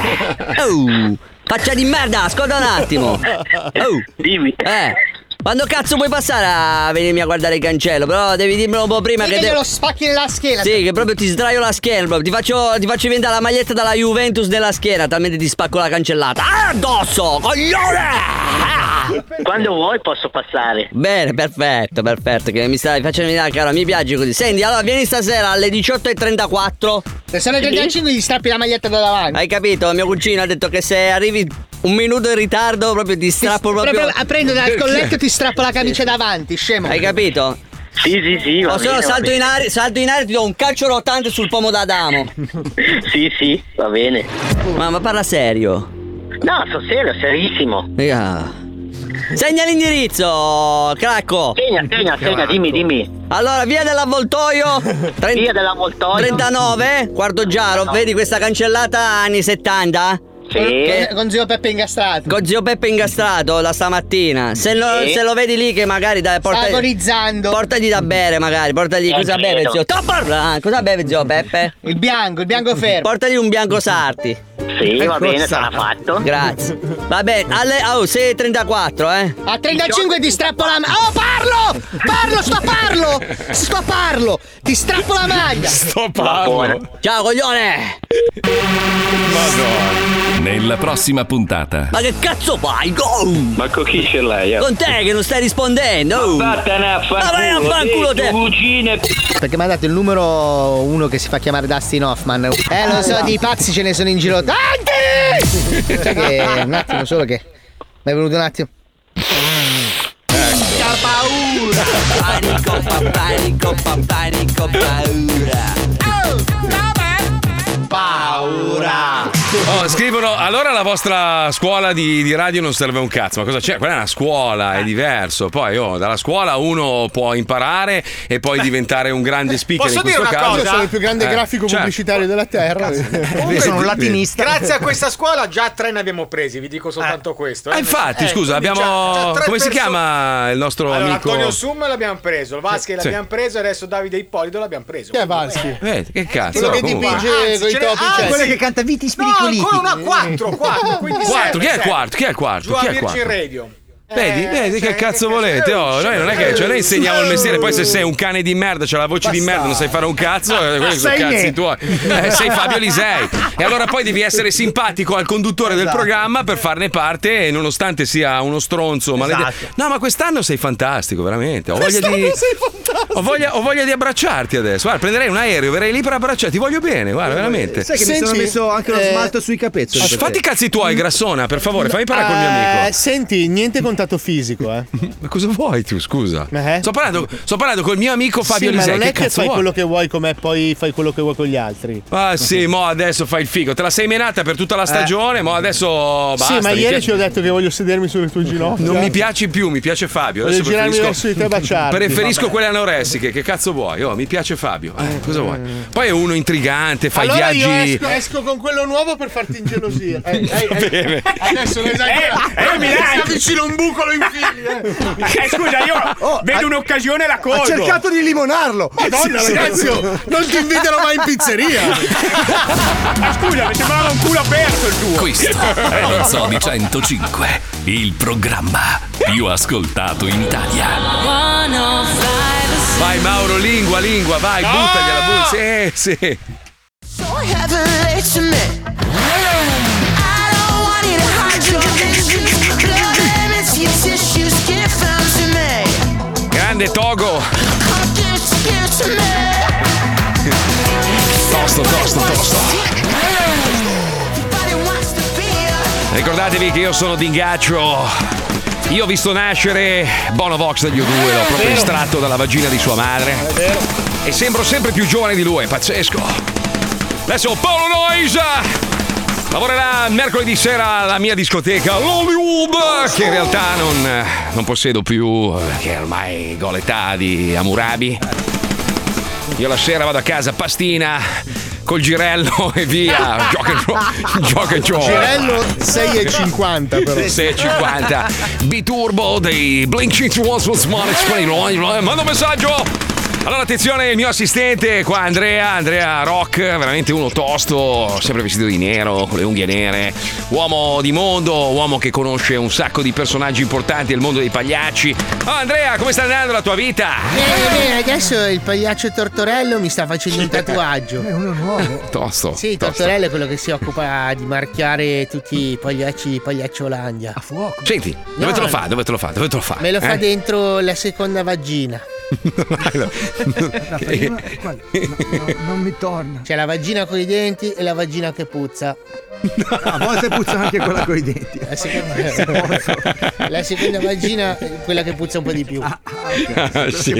Oh, faccia di merda, ascolta un attimo. Oh.
Dimmi.
Eh. Quando cazzo puoi passare a venirmi a guardare il cancello? Però devi dirmelo un po' prima
Dimmi
che.
che
devo-
lo spacchi nella schiena.
Sì, che proprio ti sdraio la schiena, proprio. Ti faccio, ti faccio diventare la maglietta dalla Juventus della schiena, talmente ti spacco la cancellata. Ah, addosso, coglione!
Ah.
Quando vuoi posso passare.
Bene, perfetto, perfetto, che mi stai facendo venire la cara, mi piace così. Senti, allora vieni stasera alle 18.34.
Se sono le 35 gli strappi la maglietta da davanti.
Hai capito? Mio cugino ha detto che se arrivi un minuto in ritardo proprio ti strappo proprio...
Proprio ah, prendo dal colletto e ti strappo la camicia davanti, scemo.
Hai capito?
Sì, sì, sì.
O se no salto in aria, salto in aria e ti do un calcio rotante sul pomo d'Adamo.
[laughs]
Sì, sì, va bene.
Ma, ma parla serio.
No, sono serio, serissimo.
Raga. Segna l'indirizzo, cracco.
Segna, segna, segna, dimmi, dimmi.
Allora, via dell'avvoltoio.
Via dell'avvoltoio.
39, quarto giaro. Vedi questa cancellata anni 70?
Con,
Che-
con zio Peppe ingastrato.
Con zio Peppe ingastrato la stamattina. Se lo,
Sì.
se lo vedi lì che magari dai, porta,
Agonizzando.
portagli da bere, magari. Portagli
Eh,
cosa beve
credo.
zio. Sto parlando, cosa beve zio Peppe?
Il bianco, il bianco fermo.
Portagli un bianco sarti.
Sì, va bene, sarà fatto.
Grazie. Va bene, alle oh, 6.34, eh.
A 35 ti strappo la ma- Oh, parlo! Parlo, sto parlo! Sto parlo! Ti strappo la
[laughs]
maglia!
Sto
Ciao coglione!
Nella prossima puntata.
Ma che cazzo fai? Go!
Ma con chi ce l'hai?
Con te che non stai rispondendo! Ma
vattene a
Ma vai a fanculo te!
Perché mi ha dato il numero uno che si fa chiamare Dustin Hoffman. Eh, lo so, di pazzi ce ne sono in giro tanti! Sai che un attimo solo che. Mi è venuto un attimo.
C'ha paura! Panico, pa, panico, pa, panico, paura!
Paura!
Oh, scrivono allora la vostra scuola di, di radio non serve un cazzo, ma cosa c'è? Quella è una scuola, è diverso. Poi oh, dalla scuola uno può imparare e poi diventare un grande speaker.
eh, Posso
in
dire
questo
una
caso
cosa? Io sono il più grande
Eh,
grafico
certo.
pubblicitario della terra.
Vedi, vedi.
Grazie a questa scuola già tre ne abbiamo presi, vi dico soltanto questo. eh.
Ah,
Eh,
infatti, scusa, abbiamo. come si chiama il nostro
Allora,
amico?
Antonio Sum l'abbiamo preso, Vaschi
Sì.
l'abbiamo preso, adesso Davide Ippolido l'abbiamo preso. Chi è Vaschi?
Eh,
Vedi, Eh, che cazzo?
Quello
no,
che
comunque. Ah,
dipinge coi topi cessi.
quello che canta Viti
No,
Spiricoliti.
ancora una 4, 4, quindi serve,
Quarto, chi è il
serve.
quarto? Chi è il quarto?
Giù a
Chi è il
Virgin
quarto?
Radio.
Eh,
Vedi, vedi
cioè,
che cazzo volete? Oh, noi non è che cioè, noi insegniamo il mestiere, poi se sei un cane di merda, c'è la voce di merda, non sai fare un cazzo,
Ah,
eh, quelli sono
Sei
cazzi
me.
tuoi. Eh, sei Fabio Lisei. E allora poi devi essere simpatico al conduttore del
Esatto.
programma per farne parte, e nonostante sia uno stronzo,
Esatto.
maledetto. No, ma quest'anno sei fantastico, veramente. Ho voglia di. Ho voglia, ho voglia di abbracciarti adesso. Guarda, prenderei un aereo, verrei lì per abbracciarti. Ti voglio bene, guarda, veramente.
Sai che mi sono messo anche
Eh.
lo smalto sui capezzoli. per
Fatti i
te.
cazzi tuoi, Grassona, per favore, fammi parlare col mio
Eh,
amico.
Senti, niente contatto fisico, eh.
[laughs] Ma cosa vuoi tu, scusa? Sto, parlando, sto parlando col mio amico Fabio
sì, ma
Lisei.
non è che,
cazzo
fai
vuoi?
quello che vuoi com'è, poi fai quello che vuoi con gli altri.
Ah sì, mo adesso fai il figo. Te la sei menata per tutta la stagione, mo adesso basta.
Eh. sì, ma
mi
ieri
piace-
ci ho detto che voglio sedermi sulle tue ginocchia.
Non mi piaci più, mi piace Fabio.
Voglio
Adesso
girarmi
preferisco,
verso di te e baciarti.
preferisco
Vabbè.
quelle anoressiche. Che cazzo vuoi? Oh, mi piace Fabio. Eh, cosa vuoi? Poi è uno intrigante, fa
allora
i
io
viaggi.
esco, esco con quello nuovo per farti ingelosire. Eh, eh, eh,
[laughs] Bene.
adesso lo esagerato.
Eh, eh, mi dai.
Sta vicino un buco lo infili. eh.
Eh, scusa, io
[laughs]
vedo un'occasione e la colgo.
Oh, ha cercato
di limonarlo. [laughs] Madonna,
Sì, sì.
ragazzi,
non ti [laughs] inviterò mai in pizzeria.
[laughs] Ma scusa, mi sembrava un culo aperto il tuo.
Questo è lo Zoo di 105, il programma più ascoltato in Italia.
Vai Mauro, lingua, lingua, vai,
No!
buttagliela, buttagliela. Sì, sì. Grande Togo. Tosto, tosto, tosto. Ricordatevi che io sono Dingaccio. Io ho visto nascere Bono Vox dagli U2, l'ho proprio
vero.
estratto dalla vagina di sua madre. E sembro sempre più giovane di lui, è pazzesco. Adesso Paolo Noisa lavorerà mercoledì sera alla mia discoteca Hollywood, che in realtà non, non possedo più, perché ormai ho l'età di Amurabi. Io la sera vado a casa a pastina col girello [laughs] e via. Gioca e gio- gioca e gioca.
Girello 6,50 però.
650 B-Turbo dei Blink 182 eh, Manda un messaggio allora attenzione il mio assistente qua Andrea Andrea Rock veramente uno tosto sempre vestito di nero con le unghie nere uomo di mondo uomo che conosce un sacco di personaggi importanti del mondo dei pagliacci oh Andrea come sta andando la tua vita?
Bene, bene, Eh, adesso il pagliaccio Tortorello mi sta facendo un tatuaggio. È uno nuovo.
Tosto
Sì,
tosto.
Tortorello è quello che si occupa di marchiare tutti i pagliacci di Pagliacciolandia. A fuoco.
Senti dove te lo
No,
fa? Dove te lo fa? Dove te lo fa?
Me lo fa
Eh?
dentro la seconda vagina.
La [laughs] prima-
non mi torna. C'è la vagina con i denti e la vagina che puzza.
A volte puzza anche quella coi
denti. La seconda, la seconda vagina è quella che puzza un po' di più.
[laughs] Ah, sì.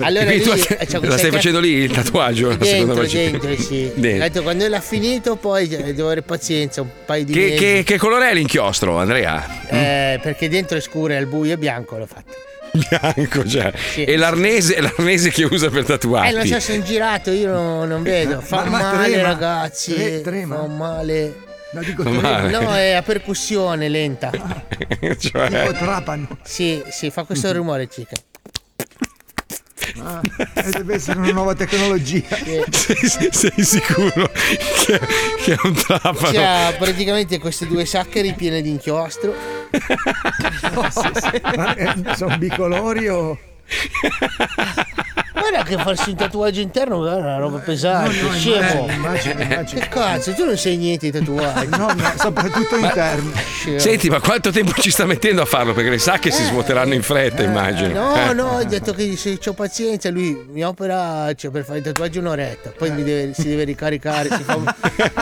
Allora
Quindi tu
lì, eh, c'è
la
questa
stai
ca-
facendo lì il tatuaggio? la seconda
Dentro,
vagina?
dentro, sì.
Dentro.
Ho detto, quando l'ha finito, poi eh, devo avere pazienza, un paio di
Che,
mesi.
che- che colore è l'inchiostro, Andrea?
Eh, perché dentro è scuro, e al buio è bianco, l'ho fatto.
Bianco, cioè. E l'arnese, l'arnese che usa per tatuarti.
Eh, lo so, sono girato, io non, non vedo. Fa
Eh, Ma- ma
male,
trema,
ragazzi.
tre-
Fa male. No,
Fa trema. male.
è a percussione [laughs] lenta.
Tipo
[laughs] cioè,
trapano.
Sì, sì, fa questo rumore, cica.
Ah, eh, deve essere una nuova tecnologia.
sei, sei sicuro che, che è un trapano?
Cioè.
C'ha Cioè, praticamente queste due sacche ripiene
[laughs]
di inchiostro.
Ma, eh, sono bicolori o.
Guarda che farsi un tatuaggio interno è una roba pesante, scemo.
immagino,
Che cazzo, tu non sai niente di tatuaggi.
No, ma soprattutto interno.
Senti, ma quanto tempo ci sta mettendo a farlo? Perché le sacche si svuoteranno in fretta, immagino.
Eh. No,
Eh.
no, ho detto che se ho pazienza, lui mi opera cioè, per fare il tatuaggio un'oretta, poi mi deve- si deve ricaricare, si fa un,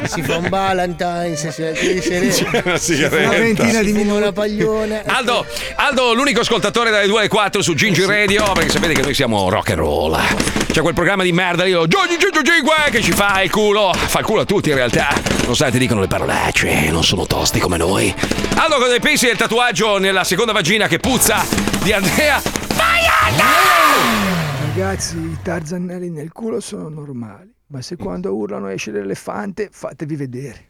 si fa un Valentine, si si
C'è una
si
sigaretta.
fa- si fuma una paglione.
Aldo, Aldo, l'unico ascoltatore dalle 2 alle 4 su Gingy Radio, perché sapete che noi siamo rock and roll. C'è quel programma di merda lì, lo Gingy Gingy Gingy, che ci fa il culo. Fa il culo a tutti in realtà. Non sai, ti dicono le parolacce, cioè, non sono tosti come noi. Aldo, cosa ne pensi del tatuaggio nella seconda vagina che puzza di Andrea?
Ragazzi, i tarzanelli nel culo sono normali. Ma se quando urlano esce l'elefante, fatevi vedere.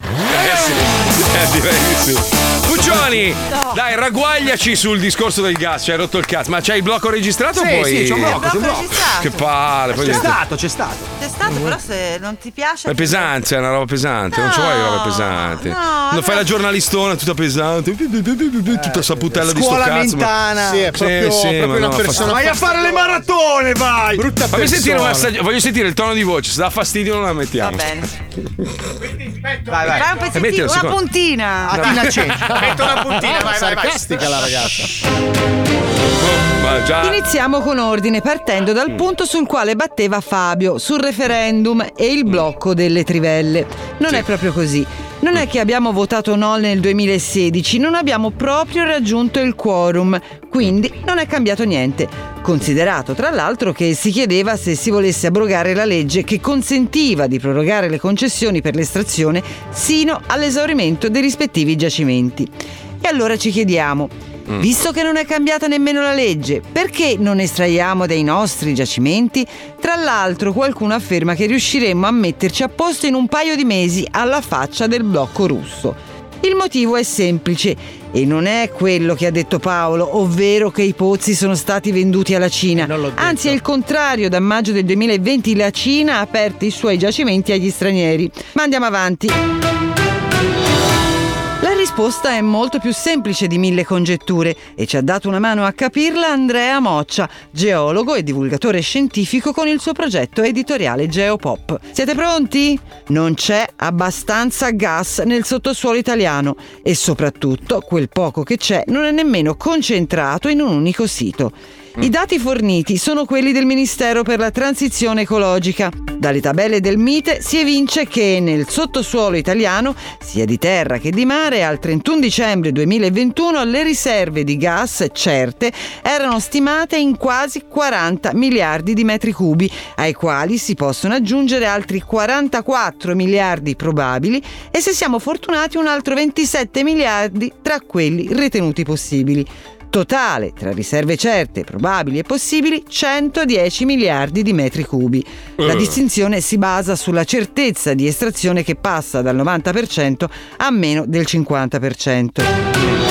Eh, direi di sì. Puccioni, dai, ragguagliaci sul discorso del gas. Ci hai rotto il cazzo. Ma c'hai il blocco registrato
Sì,
poi?
sì, c'ho un blocco,
Blocco c'ho un blocco. registrato.
Che palle. poi
C'è
niente.
stato, c'è stato.
C'è stato, però se non ti piace.
È pesante, è una roba pesante, non ci vuoi roba pesante.
no,
non fai la giornalistona tutta pesante, tutta saputella di sto
Scuola
cazzo. ma-
mentana. Sì, è proprio- proprio una
fa-
persona
Vai a fare
le maratone, vai!
Brutta
Fammi sentire
persona.
una assaggi- voglio sentire il tono di voce, se dà fastidio non la mettiamo.
Va bene.
Vai,
Fai un
E metti
pezzettino,
la
una
seconda.
puntina.
Ah, Tina Ceci.
Metto una puntina, vai, vai, vai.
Ah, sarcastica la ragazza.
Boh, Ma già.
Iniziamo con ordine partendo dal punto sul quale batteva Fabio sul referendum e il blocco delle trivelle. Non è proprio così. Non è che abbiamo votato no nel 2016, non abbiamo proprio raggiunto il quorum, quindi non è cambiato niente. Considerato tra l'altro che si chiedeva se si volesse abrogare la legge che consentiva di prorogare le concessioni per l'estrazione sino all'esaurimento dei rispettivi giacimenti. E allora ci chiediamo,
Mm.
Visto che non è cambiata nemmeno la legge, perché non estraiamo dai nostri giacimenti? Tra l'altro qualcuno afferma che riusciremmo a metterci a posto in un paio di mesi alla faccia del blocco russo. Il motivo è semplice e non è quello che ha detto Paolo, ovvero che i pozzi sono stati venduti alla Cina. Anzi, è il contrario, da maggio del 2020 la Cina ha aperto i suoi giacimenti agli stranieri. Ma andiamo avanti. La risposta è molto più semplice di mille congetture e ci ha dato una mano a capirla Andrea Moccia, geologo e divulgatore scientifico con il suo progetto editoriale Geopop. Siete pronti? Non c'è abbastanza gas nel sottosuolo italiano e soprattutto quel poco che c'è non è nemmeno concentrato in un unico sito. I dati forniti sono quelli del Ministero per la Transizione Ecologica. Dalle tabelle del MITE si evince che nel sottosuolo italiano, sia di terra che di mare, al 31 dicembre 2021 le riserve di gas certe erano stimate in quasi 40 miliardi di metri cubi, ai quali si possono aggiungere altri 44 miliardi probabili e se siamo fortunati un altro 27 miliardi tra quelli ritenuti possibili. Totale, tra riserve certe, probabili e possibili, 110 miliardi di metri cubi. La
Eh.
distinzione si basa sulla certezza di estrazione che passa dal 90% a meno del 50%.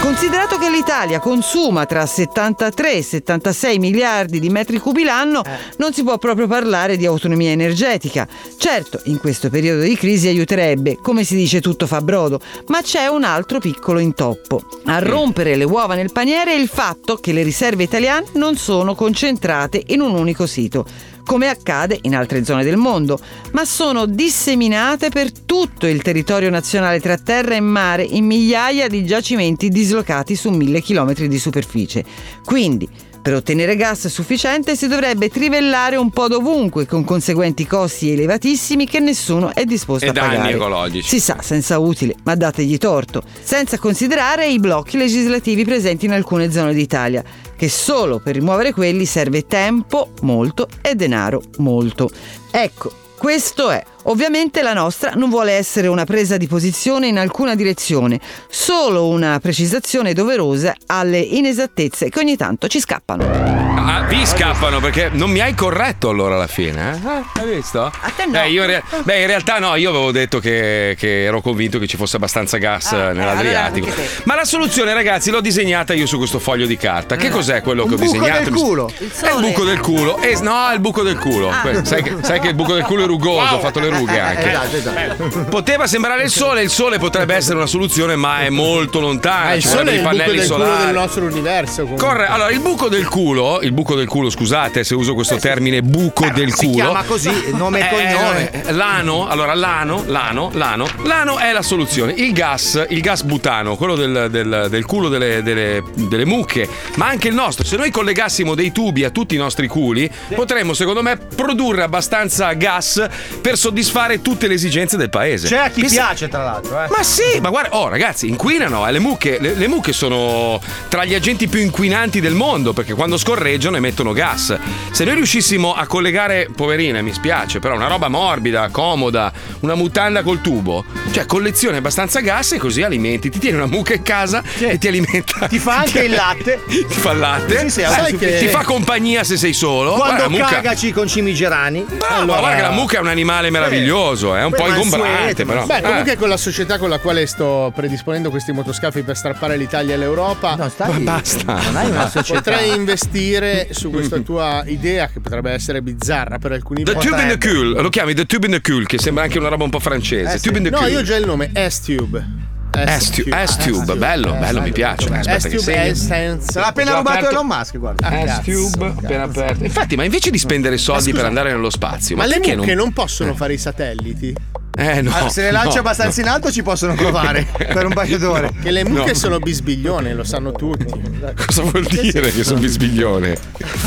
Considerato che l'Italia consuma tra 73 e 76 miliardi di metri cubi l'anno, non si può proprio parlare di autonomia energetica. Certo, in questo periodo di crisi aiuterebbe, come si dice tutto fa brodo, ma c'è un altro piccolo intoppo. A rompere le uova nel paniere è il fatto che le riserve italiane non sono concentrate in un unico sito come accade in altre zone del mondo, ma sono disseminate per tutto il territorio nazionale tra terra e mare in migliaia di giacimenti dislocati su mille chilometri di superficie. Quindi, per ottenere gas sufficiente si dovrebbe trivellare un po' dovunque, con conseguenti costi elevatissimi che nessuno è disposto
E
a pagare.
danni ecologici.
Si sa, senza utile, ma dategli torto, senza considerare i blocchi legislativi presenti in alcune zone d'Italia, che solo per rimuovere quelli serve tempo molto e denaro molto. Ecco, questo è. Ovviamente la nostra non vuole essere una presa di posizione in alcuna direzione, solo una precisazione doverosa alle inesattezze che ogni tanto ci scappano.
Ah, vi scappano perché non mi hai corretto allora alla fine. eh? Eh, hai visto? A
te no.
Eh, io in rea- beh, in realtà no, io avevo detto che, che ero convinto che ci fosse abbastanza gas eh, nell'Adriatico.
anche
Ma la soluzione, ragazzi, l'ho disegnata io su questo foglio di carta. Che cos'è quello che ho
buco
disegnato?
del
Mi-
culo.
Il È il buco del culo. Eh, no, è il buco del culo. Que- Sai, che, sai che il buco del culo è rugoso, ho fatto le
[laughs]
Eh,
rughe anche.
esatto,
Poteva sembrare il sole, il sole potrebbe essere una soluzione, ma è molto lontana.
Ah, il
ci
sole è
vorrebbero
il
i
buco
pannelli
del culo
solari.
del nostro universo. comunque.
Corre, allora il buco del culo, il buco del culo, scusate se uso questo termine buco del
Eh, si
culo.
chiama così, nome e
Eh,
cognome.
eh, L'ano, allora l'ano, l'ano, l'ano, l'ano è la soluzione. Il gas, il gas butano, quello del, del- del culo delle, delle- delle mucche, ma anche il nostro. Se noi collegassimo dei tubi a tutti i nostri culi, potremmo secondo me produrre abbastanza gas per soddisfare soddisfare tutte le esigenze del paese.
C'è a chi
Pensa-
piace, tra l'altro. Eh.
Ma sì, ma guarda, oh ragazzi, inquinano, eh, le mucche, le, le mucche sono tra gli agenti più inquinanti del mondo perché quando scorreggiano emettono gas. Se noi riuscissimo a collegare, poverine, mi spiace, però una roba morbida, comoda, una mutanda col tubo, cioè collezione abbastanza gas e così alimenti, ti tieni una mucca in casa e ti alimenta. Ti
fa anche il latte.
[laughs] Ti fa il latte.
Sì, sì,
Sai
autosufficiente.
Ti fa compagnia se sei solo. oh, Guarda,
Quando
la mucca-
cagaci con cimigerani.
Ah, ma guarda che la mucca è un animale meraviglioso, è un po' ingombrante, però.
Beh, comunque
Eh.
con la società con la quale sto predisponendo questi motoscafi per strappare l'Italia e l'Europa. No,
stai.
Ma basta. non hai [laughs] una società.
Potrei investire
[laughs]
su questa tua idea, che potrebbe essere bizzarra per alcuni
The Tube in the
Potrebbe.
Cool, lo chiami The Tube in the Cool, che sembra anche una roba un po' francese.
Eh, sì.
Tube in the
No,
Cool.
io ho già il nome, S-Tube.
S-Tube, S-Tube, bello, bello, mi piace. Aspetta che segno.
Se l'ha appena
L'ho
rubato
aperto-
Elon Musk, guarda.
Ah,
S-Tube, appena aperto. Infatti, ma invece di spendere soldi per andare nello spazio, ma,
Eh, Ma le
perché
mucche
non...
non possono fare i satelliti?
Eh, no,
Ah,
se le lancio abbastanza in alto ci
[laughs]
possono provare per un paio d'ore.
Che le mucche
No.
sono bisbiglione, lo sanno tutti.
[laughs] Cosa vuol dire che sono bisbiglione?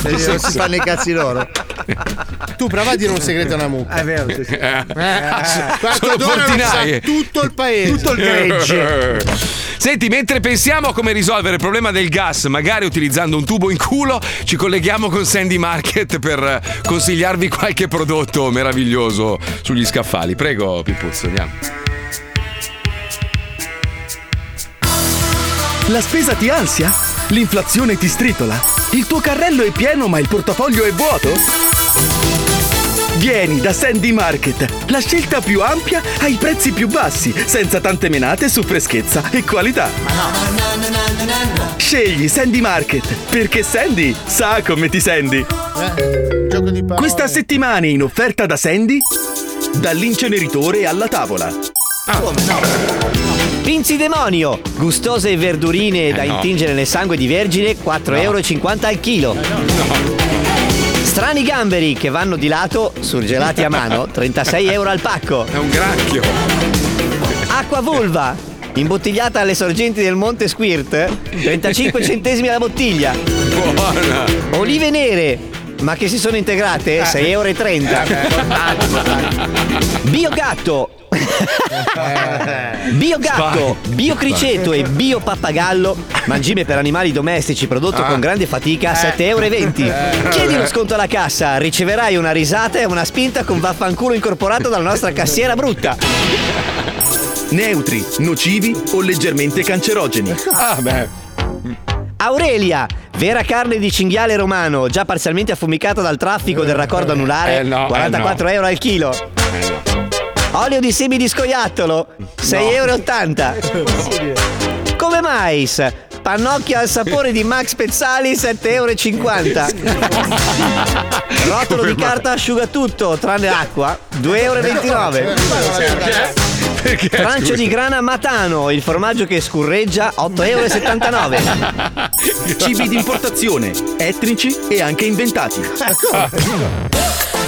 Eh, non si fanno i
cazzi loro.
[laughs]
Tu prova a dire un segreto a una mucca.
È vero, sì,
Eh,
Quarto
sono
d'ora lo sa
portinaie.
tutto il paese. Tutto
[laughs] Senti, mentre pensiamo a come risolvere il problema del gas, magari utilizzando un tubo in culo, ci colleghiamo con Sandy Market per eh, consigliarvi qualche prodotto meraviglioso sugli scaffali. Prego, Pippuzzo, andiamo.
La spesa ti ansia? L'inflazione ti stritola? Il tuo carrello è pieno ma il portafoglio è vuoto? Vieni da Sandy Market, la scelta più ampia ai prezzi più bassi, senza tante menate su freschezza e qualità. Scegli Sandy Market, perché Sandy sa come ti senti.
Eh,
Questa settimana in offerta da Sandy, dall'inceneritore alla tavola.
Ah,
Pinzidemonio, gustose verdurine
Eh,
da
no.
intingere nel sangue di vergine, 4,50 euro al chilo. Strani gamberi che vanno di lato, surgelati
[laughs]
a mano, 36 euro al pacco.
È un granchio.
Acqua vulva, imbottigliata alle sorgenti del Monte Squirt,
[laughs]
35 centesimi la bottiglia.
Buona.
Olive nere, ma che si sono
Eh.
integrate, 6,30 euro. Biogatto, Bio gatto, Vai. bio criceto e bio pappagallo, mangime per animali domestici prodotto Ah. con grande fatica a Eh. 7,20 euro. Eh. Chiedi lo sconto alla cassa, riceverai una risata e una spinta con vaffanculo incorporato dalla nostra cassiera brutta.
Neutri, nocivi o leggermente cancerogeni.
Ah, beh.
Aurelia, vera carne di cinghiale romano, già parzialmente affumicata dal traffico del raccordo anulare,
Eh no, eh
44
no.
euro al chilo. Olio di semi di scoiattolo, 6,80 euro. Come mais? Pannocchia al sapore di Max Pezzali, 7,50 euro. Rotolo di carta asciugatutto, tranne acqua, 2,29
cioè,
euro.
Perché?
Francio
Scusa.
di grana matano, il formaggio che scurreggia, 8,79 euro.
Cibi di importazione, etnici e anche inventati.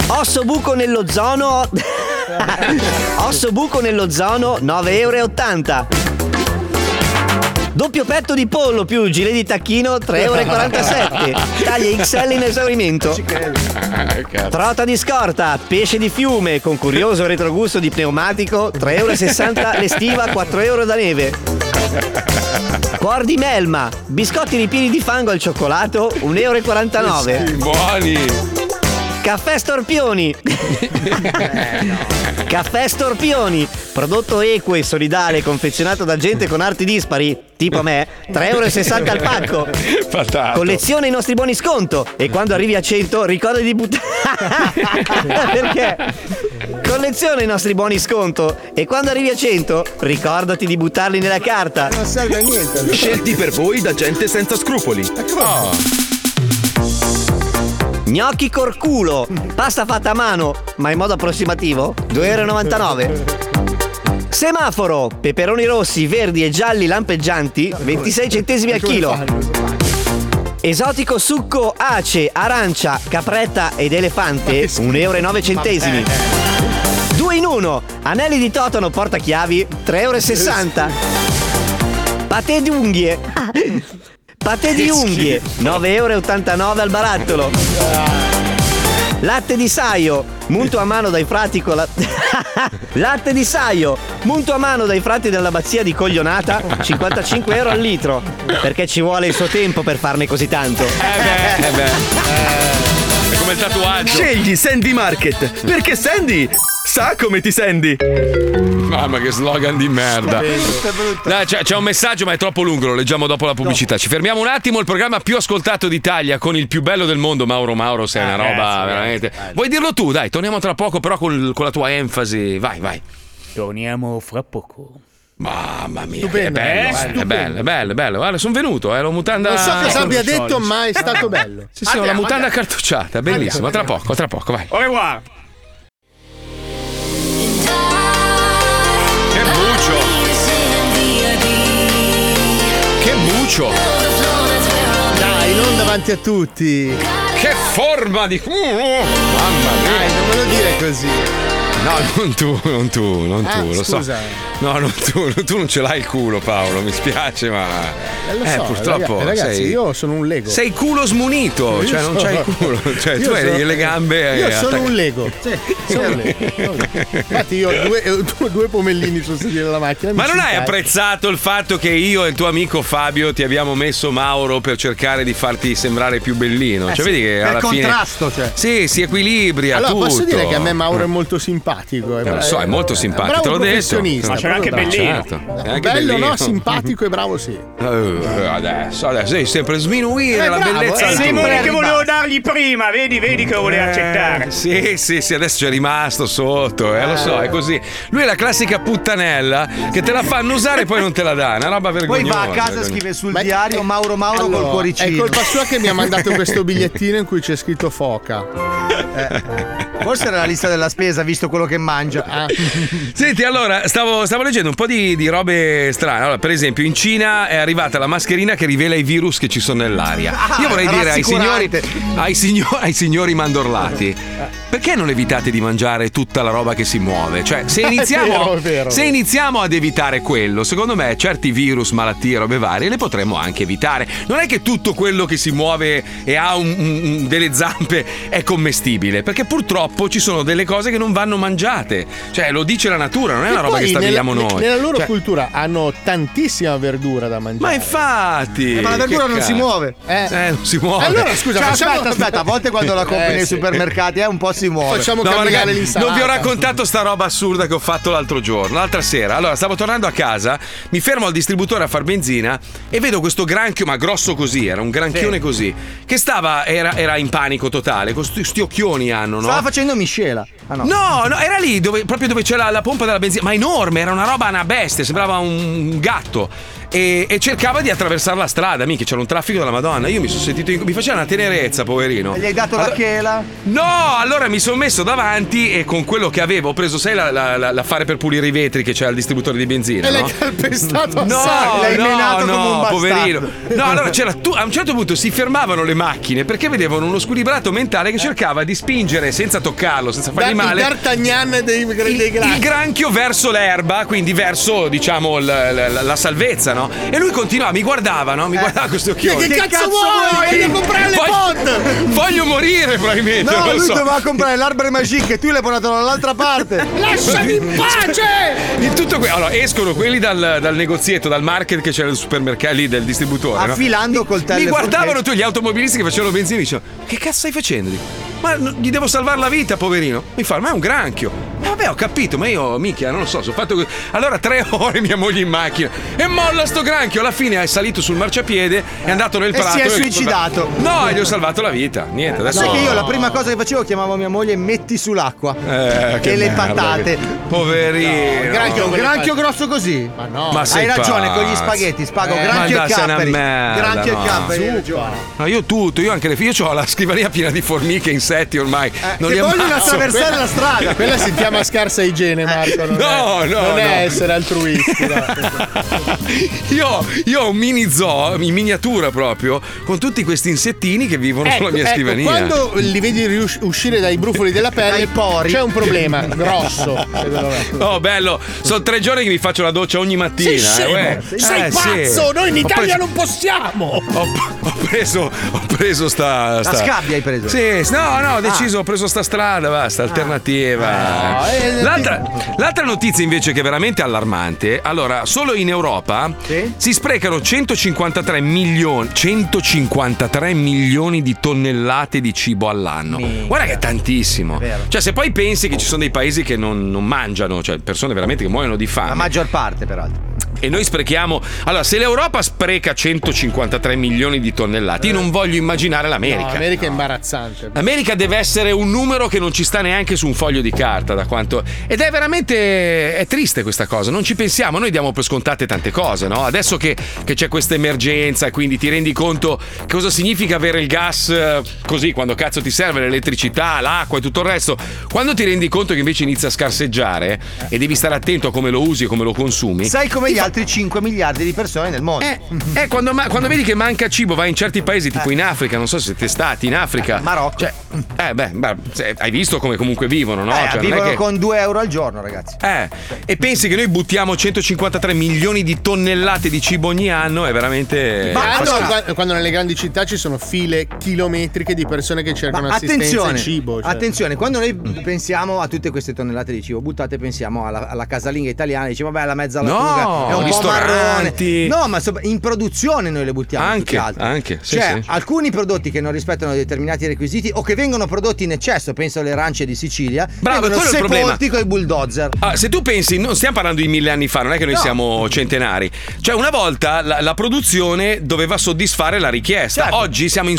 Osso buco nell'ozono. [laughs] Osso buco nell'ozono 9,80 euro. Doppio petto di pollo più gilet di tacchino 3,47 euro. Taglia XL in esaurimento.
Ah,
Trota di scorta, pesce di fiume con curioso retrogusto di pneumatico 3,60 euro l'estiva, 4 euro da neve. Cuor di melma, biscotti ripieni di fango al cioccolato 1,49 euro.
Buoni.
Caffè Storpioni. Caffè Storpioni, prodotto equo e solidale confezionato da gente con arti dispari, tipo me, 3,60 euro al pacco.
Patato.
Colleziona i nostri buoni sconto e quando arrivi a 100 ricorda di buttare... [laughs] Perché? Colleziona i nostri buoni sconto e quando arrivi a 100 ricordati di buttarli nella carta. Non serve a niente.
Scelti per voi da gente senza scrupoli.
Oh,
Gnocchi corculo, pasta fatta a mano, ma in modo approssimativo, 2,99 euro. Semaforo, peperoni rossi, verdi e gialli lampeggianti, 26 centesimi al chilo. Esotico succo ace, arancia, capretta ed elefante, 1,09 euro. Due in uno, anelli di totano portachiavi, 3,60 euro. Patè di unghie. Patè di unghie, 9,89 euro al barattolo. Latte di saio, munto a mano dai frati con la... [laughs] Latte di saio, munto a mano dai frati dell'abbazia di Coglionata, 55 euro al litro. Perché ci vuole il suo tempo per farne così tanto.
Eh beh. È come il tatuaggio.
Scegli Sandy Market, perché Sandy sa come ti senti.
Mamma che slogan di merda. Dai, c'è, c'è un messaggio, ma è troppo lungo. Lo leggiamo dopo la pubblicità. Ci fermiamo un attimo. Il programma più ascoltato d'Italia con il più bello del mondo, Mauro Mauro. Sei
Eh,
una roba veramente. Vuoi dirlo tu? Dai, torniamo tra poco, però col- con la tua enfasi. Vai, vai.
Torniamo fra poco.
Mamma mia,
Stupendo,
è bello,
eh?
guarda, è
Stupendo.
bello, è bello, è bello. Guarda, sono venuto, eh, l'ho mutanda.
Non so cosa abbia
Corruccioli.
detto, ma è stato bello.
Sì, sì, ho la mutanda cartocciata, bellissima. Tra poco, tra poco, vai.
Au revoir.
Che buccio! Che buccio!
Dai, non davanti a tutti.
Che forma di. Uh, Mamma mia!
Dai, non me lo dire così.
No, non tu, non tu, non
Ah,
tu, lo
scusa.
so. No, non tu, non- tu non ce l'hai il culo, Paolo, mi spiace, ma.
Eh, lo so,
purtroppo.
raga- Ragazzi,
sei...
io sono un Lego.
Sei culo smunito,
Io
cioè non
sono-
c'hai il
[laughs]
culo, cioè
Io
tu hai
sono-
le gambe.
Io
eh,
sono
attaccate.
un
[laughs]
Lego. Sono un Lego. Infatti, io ho due, eh, due- due pomellini sul sedile della macchina.
Ma
mi
non
ci
hai
incarico.
apprezzato il fatto che io e il tuo amico Fabio ti abbiamo messo Mauro per cercare di farti sembrare più bellino?
Eh
Cioè,
sì,
vedi che
per
alla fine.
contrasto, cioè.
Sì, si equilibria.
Allora,
tutto.
posso dire che a me Mauro è molto simpatico.
Eh, lo so, è molto simpatico,
bravo
te l'ho detto.
professionista,
Ma c'era
bravo,
anche
bravo.
Bellino. Certo, è anche
Bello,
Bellino.
no? Simpatico e bravo, sì.
Eh, adesso, adesso devi sempre sminuire
Eh,
la
bravo,
bellezza
È il
altrui.
demone che volevo dargli prima, vedi, vedi che lo voleva accettare.
Eh, Sì, sì, sì, adesso c'è rimasto sotto, eh, lo so, è così. Lui è la classica puttanella che te la fanno usare e poi non te la dà, è una roba
Poi
vergognosa. cioè.
va a casa e
vergognosa.
scrive sul diario Mauro Mauro
Allora,
col cuoricino.
È colpa sua che mi ha mandato [laughs]
[laughs]
questo bigliettino in cui c'è scritto foca. Eh,
Forse era la lista della spesa, visto quello che mangia. Ah.
[laughs] Senti, allora, stavo, stavo leggendo un po' di, di robe strane. Allora, per esempio, in Cina è arrivata la mascherina che rivela i virus che ci sono nell'aria. Io vorrei dire ai signori,
rassicurante.
ai, signo- ai signori mandorlati, perché non evitate di mangiare tutta la roba che si muove? Cioè, se
È
iniziamo,
vero, è vero.
se iniziamo ad evitare quello, secondo me certi virus, malattie, robe varie le potremmo anche evitare. Non è che tutto quello che si muove e ha un- un- un- delle zampe è commestibile, perché purtroppo ci sono delle cose che non vanno mangiate. Cioè, lo dice la natura, non è
E
una roba
poi
che stabiliamo
nella,
noi.
Nella loro
Cioè,
cultura hanno tantissima verdura da mangiare.
Ma infatti,
Eh, ma la verdura non si muove.
Eh. non si muove.
Allora, scusa,
Cioè,
facciamo-
aspetta, aspetta,
[laughs]
a volte quando la compri
Eh,
nei
sì.
supermercati eh, un po' si muove.
No, ma ragazzi, Non vi ho raccontato sta roba assurda che ho fatto l'altro giorno, l'altra sera. Allora, stavo tornando a casa, mi fermo al distributore a far benzina e vedo questo granchio, ma grosso così, era un granchione così, che stava, era, era in panico totale, con sti, sti occhioni hanno, no?
Stava facendo miscela. Ah, no.
No, no, era lì dove- proprio dove c'è la, la pompa della benzina, ma enorme, era una roba, una bestia, sembrava un gatto. E, e cercava di attraversare la strada, mica c'era un traffico della Madonna. Io mi sono sentito. in- mi faceva una tenerezza, poverino.
Gli hai dato la chela?
No, allora mi sono messo davanti e con quello che avevo ho preso, sai, la, la- la- la fare per pulire i vetri che c'è al distributore di benzina.
E
no?
l'hai calpestato a
No,
sacco.
no,
L'hai menato
no,
come un bastardo.
poverino. No, allora c'era tu- a un certo punto si fermavano le macchine perché vedevano uno squilibrato
Eh.
mentale che cercava di spingere senza toccarlo, senza fargli
il
male.
D'Artagnan dei, dei
Il granchio verso l'erba, quindi verso, diciamo, l- l- la salvezza, no? E lui continuava, mi guardava, no? Mi guardava questo occhio.
Eh. Che, che cazzo, vuoi? Devi comprare le
voglio, voglio morire, probabilmente. non
No,
lo
lui
so.
doveva comprare l'arbre magique, tu l'hai portato dall'altra parte.
Lasciami in pace!
[laughs]
In tutto que- allora, escono quelli dal, dal negozietto, dal market che c'era nel supermercato lì del distributore. no?
Affilando col
Mi
coltello.
guardavano tu gli automobilisti che facevano benzina e dicevano: Che cazzo stai facendo? Dico, ma no- gli devo salvare la vita, poverino. Mi fa, ma è un granchio. "Eh, Vabbè, ho capito, ma io, minchia, non lo so, sono fatto. così." Allora, tre [laughs] ore mia moglie in macchina. E molla sto granchio. Alla fine è salito sul marciapiede, è andato nel
E si
prato.
è suicidato.
No, e gli ho salvato la vita. Niente, adesso.
Sai che io la prima cosa che facevo chiamavo mia moglie metti sull'acqua.
Eh, che
e le
merda,
patate.
che- Poverino.
Granchio, granchio grosso così. Ma no.
Ma
hai
sei
ragione,
pazzo.
con gli spaghetti spago
Eh,
granchio
ma dai,
e
sei una
capperi.
merda,
Granchio
no.
e capperi, hai
Zuppa.
ragione.
No, io tutto, io anche le io ho la scrivania piena di formiche, insetti ormai. non
che
li
Eh,
vogliono
ammazzo.
attraversare la strada.
[laughs]
Quella si chiama chiama scarsa igiene, Marco. Non
No,
è,
no,
non è
no.
essere altruisti. dai.
io, io ho un mini zoo in miniatura proprio con tutti questi insettini che vivono
Ecco,
sulla mia
ecco,
stivania.
quando li vedi rius- uscire dai brufoli della pelle, c'è un
[laughs]
problema grosso.
Oh, bello, sono tre giorni che mi faccio la doccia ogni mattina.
Sei
eh,
scemo,
uè.
sei
Eh,
pazzo,
sì.
noi in
Ho
Italia
preso-
non possiamo.
Ho preso, ho preso sta, sta.
scabbia hai preso?
Sì, s- no, no, ho
Ah.
deciso, ho preso sta strada, basta, alternativa.
No, eh,
l'altra, l'altra notizia invece che è veramente allarmante, allora, solo in Europa si sprecano 153 milioni, 153 milioni di tonnellate di cibo all'anno. Guarda che è tantissimo. Cioè, se poi pensi che ci sono dei paesi che non, non mangiano, cioè persone veramente che muoiono di fame. La maggior parte, peraltro. E noi sprechiamo. Allora, se l'Europa spreca 153 milioni di tonnellate, io non voglio immaginare l'America.
No, America è imbarazzante.
L'America deve essere un numero che non ci sta neanche su un foglio di carta, da quanto. Ed è veramente. È triste questa cosa, non ci pensiamo, noi diamo per scontate tante cose, no? Adesso che, che c'è questa emergenza, quindi ti rendi conto che cosa significa avere il gas eh, così quando cazzo ti serve, l'elettricità, l'acqua e tutto il resto. Quando ti rendi conto che invece inizia a scarseggiare eh, e devi stare attento a come lo usi e come lo consumi.
Sai come gli altri 5 miliardi di persone nel mondo.
Eh, eh, quando, ma- quando vedi che manca cibo, vai in certi paesi, tipo in Africa, non so se siete stati in Africa. Marocco. eh, beh, beh, se- hai visto come comunque vivono, no?
Eh,
Cioè, non è
vivono
che-
con 2 euro al giorno, ragazzi.
Eh, e pensi che noi buttiamo 153 milioni di tonnellate di cibo ogni anno, è veramente.
Ma
Eh, fa
no,
schifo.
qua- quando nelle grandi città ci sono file chilometriche di persone che cercano
Ma
assistenza
attenzione,
e cibo. cioè.
attenzione, quando noi
Mm.
pensiamo a tutte queste tonnellate di cibo buttate, pensiamo alla, alla casalinga italiana, diciamo, vabbè, la mezza alla
No,
lunga, è un po' marrone.
ristoranti.
No, ma sopra- in produzione noi le buttiamo. più
Anche,
che altro.
anche, sì,
cioè,
sì.
alcuni prodotti che non rispettano determinati requisiti o che vengono prodotti in eccesso, penso alle arance di Sicilia,
Bravo,
vengono
quello è il problema.
sepolti coi bulldozer.
Ah, se tu pensi, non stiamo parlando di mille anni fa, non è che noi
No.
siamo centenari. Cioè, una volta la, la produzione doveva soddisfare la richiesta. Oggi siamo in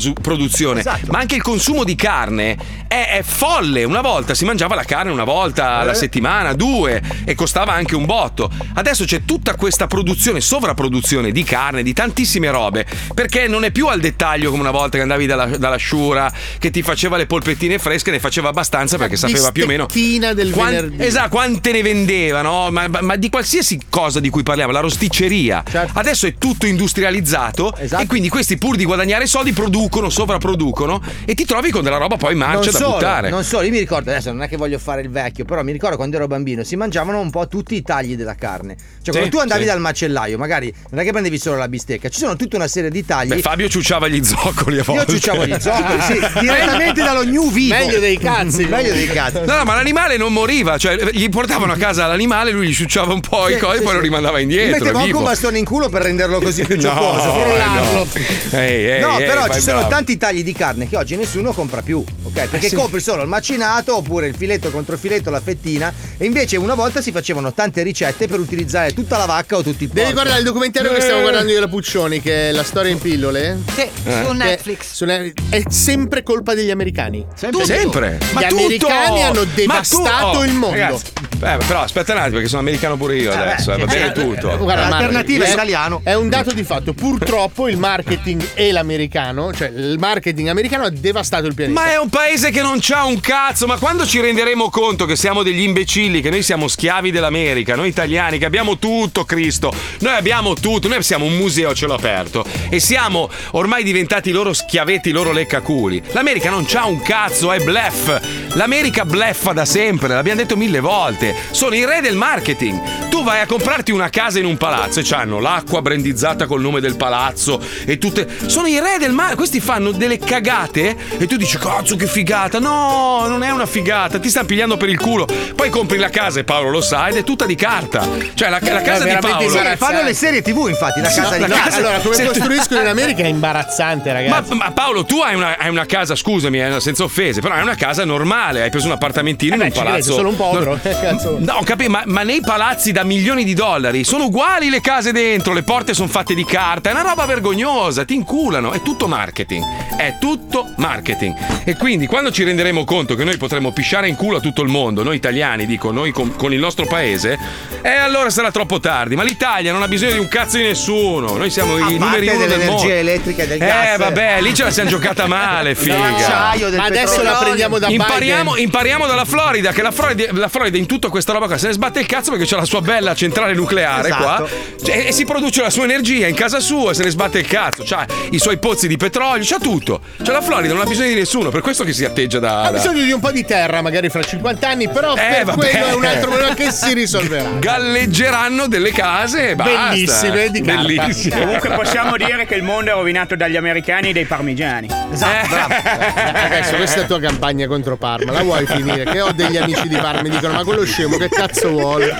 sovrapproduzione.
Esatto.
Ma anche il consumo di carne è, è folle. Una volta si mangiava la carne una volta alla settimana, due, e costava anche un botto. Adesso c'è tutta questa produzione, sovrapproduzione di carne, di tantissime robe. Perché non è più al dettaglio come una volta che andavi dalla, dalla sciura, che ti faceva le polpettine fresche, ne faceva abbastanza perché sapeva più o meno.
Bistecchina del
Quan-
venerdì.
Esatto, quante ne vendevano, ma, ma- ma di qualsiasi cosa di cui parliamo, la rosticceria.
Certo.
Adesso è tutto industrializzato
Esatto.
e quindi questi pur di guadagnare soldi producono, sovrapproducono e ti trovi con della roba poi marcia da
solo,
buttare.
Non solo, io mi ricordo adesso non è che voglio fare il vecchio, però mi ricordo quando ero bambino si mangiavano un po' tutti i tagli della carne. Cioè, quando tu andavi
sì.
dal macellaio, magari non è che prendevi solo la bistecca, ci sono tutta una serie di tagli.
Beh, Fabio Ah. ciucciava gli zoccoli a
Io
volte.
ciucciavo gli zoccoli, sì,
[laughs]
direttamente dallo new vivo. Meglio dei cazzi. Meglio dei cazzi.
No, no, ma l'animale non moriva, cioè gli portavano a casa l'animale, lui gli ciucciava un po' i
Sì,
coi e
sì,
poi
sì.
lo rimandava
Gli
indietro.
mettevo
è
anche
vivo.
un bastone in culo per renderlo così più giocoso,
[laughs] no,
frullarlo.
no. Ehi, ehi,
no,
ehi,
però
fai
ci sono
bravo. Eh,
tanti tagli di carne che oggi nessuno compra più, ok? Perché
sì.
compri solo il macinato oppure il filetto contro filetto, la fettina. E invece una volta si facevano tante ricette per utilizzare tutta la vacca o tutti i porci.
Devi guardare il documentario che
Eh.
stiamo guardando io e la Puccioni, che è la storia in pillole. Eh.
Sì, su
Che-
Netflix.
su Ne- è sempre colpa degli americani.
Tutto. Sempre.
Gli
Ma tutto.
americani hanno
Ma
devastato
tu- oh,
il mondo.
ragazzi, eh, però aspetta un attimo perché sono americano pure io adesso, eh, va bene
Eh,
tutto.
guarda, Marco,
L'alternativa
è-
italiano.
È un dato di fatto. Purtroppo il marketing e l'americano, cioè il marketing americano ha devastato il pianeta.
Ma è un paese che non c'ha un cazzo, ma quando ci renderemo conto che siamo degli imbecilli, che noi siamo schiavi dell'America, noi italiani, che abbiamo tutto, Cristo, noi abbiamo tutto, noi siamo un museo a cielo aperto e siamo ormai diventati i loro schiavetti, i loro leccaculi. L'America non c'ha un cazzo, è blef. L'America bleffa da sempre, l'abbiamo detto mille volte. Sono i re del marketing. Tu vai a comprarti una casa in un palazzo e c'hanno l'acqua brandizzata col nome del palazzo e tutte. Sono i re del mare. Questi fanno delle cagate e tu dici: Cazzo, che figata! No, non è una figata, ti stanno pigliando per il culo. Poi compri la casa e Paolo lo sa ed è tutta di carta. Cioè, la, la casa di Paolo.
fanno le serie TV, infatti, la
Sì, no,
casa di
la
Paolo.
casa-
Allora, come
Se-
costruiscono in America è imbarazzante,
Ma,
ragazzi.
ma Paolo, tu hai una, hai una casa, scusami, eh, senza offese, però hai una casa normale, hai preso un appartamentino in un
Eh Ci credo,
palazzo.
[laughs] sono un povero. Eh, Cazzo.
No, ho capito, ma, ma nei palazzi da milioni di dollari. Sono uguali le case dentro, le porte sono fatte di carta, è una roba vergognosa, ti inculano, è tutto marketing. È tutto marketing. E quindi quando ci renderemo conto che noi potremmo pisciare in culo a tutto il mondo, noi italiani, dico, noi con, con il nostro paese, e allora sarà troppo tardi. Ma l'Italia non ha bisogno di un cazzo di nessuno. Noi siamo i Eh, numeri uno del mondo.
dell'energia elettrica e del gas.
Eh, vabbè, lì ce la siamo giocata male, figa.
Dell'acciaio, del Ma adesso petrolio. la prendiamo da
impariamo,
Biden.
impariamo dalla Florida, che la Florida, la Florida in tutta questa roba qua se ne sbatte il cazzo perché c'è la sua bella centrale nucleare qua.
Esatto.
Cioè, e si produce la sua energia in casa sua, se ne sbatte il cazzo. C'ha i suoi pozzi di petrolio, c'ha tutto. Cioè, la Florida non ha bisogno di nessuno, per questo che si atteggia da.
Ha
da-
bisogno di un po' di terra, magari fra 50 anni, però per
Eh, vabbè.
quello è un altro problema che si risolverà.
Galleggeranno delle case e basta.
Bellissime Eh. di carta.
Bellissime.
Comunque possiamo dire che il mondo è rovinato dagli americani e dai parmigiani.
Esatto, bravo.
Eh.
Adesso questa è la tua campagna contro Parma, la vuoi finire? Che ho degli amici di Parma e dicono ma quello scemo che cazzo vuole?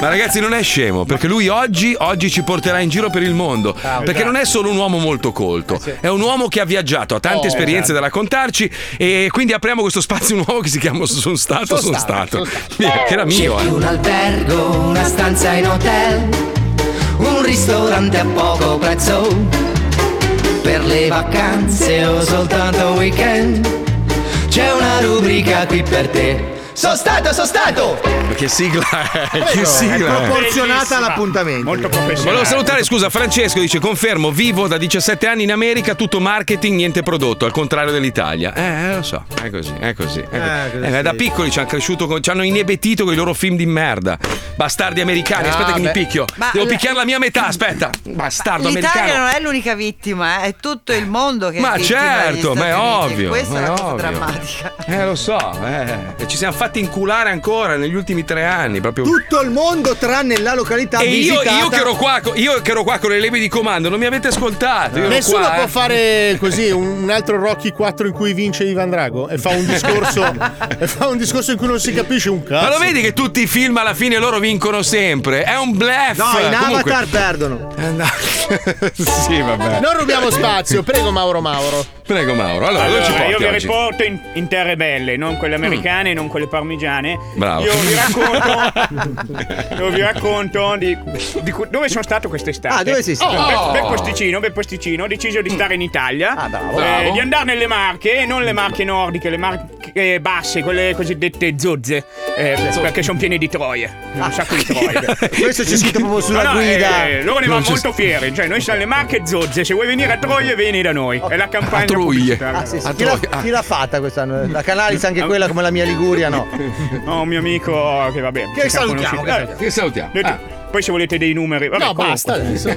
Ma ragazzi, non è scemo, perché lui oggi, oggi ci porterà in giro per il mondo. perché non è solo un uomo molto colto, è un uomo che ha viaggiato, ha tante
Oh,
esperienze
esatto.
da raccontarci. E quindi apriamo questo spazio nuovo che si chiama Sono stato, sono stato. Che era mio,
C'è più un
eh.
albergo, una stanza in hotel, un ristorante a poco prezzo. Per le vacanze o soltanto weekend, c'è una rubrica qui per te. Sono stato, sono stato!
Ma che sigla è? Eh, Che
Prego,
sigla
è
è?
proporzionata all'appuntamento.
Molto
Volevo salutare, scusa, Francesco dice: Confermo, vivo da 17 anni in America, tutto marketing, niente prodotto, al contrario dell'Italia. Eh, lo so, è così, è così. È così.
Eh, cosa
Eh, da
sì.
piccoli ci hanno cresciuto, con- ci hanno inebetito con i loro film di merda. Bastardi americani,
Ah,
aspetta che
beh.
mi picchio.
Ma
Devo
la-
picchiare la mia metà, aspetta. Bastardo
L'Italia
americano.
non è l'unica vittima, eh, è tutto il mondo che è
Ma
vittima degli
certo, ma è
Stati Uniti.
ovvio.
Questa
ma
è
è
una cosa
ovvio.
drammatica.
Eh, lo so, eh. E ci siamo fatti inculare ancora negli ultimi tre anni. Proprio.
Tutto il mondo tranne la località
E io,
visitata.
io che ero qua, co- io che ero qua con le leve di comando, non mi avete ascoltato. Io ero
Nessuno
qua,
può
eh.
fare così un un altro Rocky 4 in cui vince Ivan Drago e fa un discorso, e fa un discorso in cui non si capisce un cazzo.
Ma lo vedi che tutti i film alla fine loro vincono sempre? È un bluff.
No, in
Comunque-
Avatar
perdono.
Eh, no. [laughs] sì,
Eh.
vabbè.
Non rubiamo spazio, prego Mauro Mauro.
Prego, Mauro. Allora, dove ci
io
porti
vi
oggi? Mm.
riporto in, in terre belle, non quelle americane, non quelle parmigiane.
Bravo.
Io vi
[laughs]
racconto, io vi racconto di, di cu- dove sono stato quest'estate.
Ah, dove sei stato?
Oh,
Oh.
Bel, bel posticino, bel posticino. Ho deciso di stare in Italia,
Ah,
eh,
Bravo.
di andare nelle Marche, e non le Marche nordiche, le Marche basse, quelle cosiddette zozze, eh, perché sono piene di troie, un sacco di [laughs]
[laughs]
troie.
Questo c'è scritto proprio Ah. sulla
No, no,
guida.
eh, loro ne vanno
Non c'è
molto fieri. Cioè, noi siamo le marche zozze. Se vuoi venire a Troie, vieni da noi. È la campagna. pubblicitaria.
Ah, sì, sì. Chi, l'ha, chi l'ha fatta quest'anno? La Canalis
Ah,
anche quella come la mia Liguria, no?
Ho un mio amico Diciamo, che va bene.
Che salutiamo, che salutiamo.
Che salutiamo.
Eh, Poi se volete dei numeri. Vabbè,
No, basta
comunque.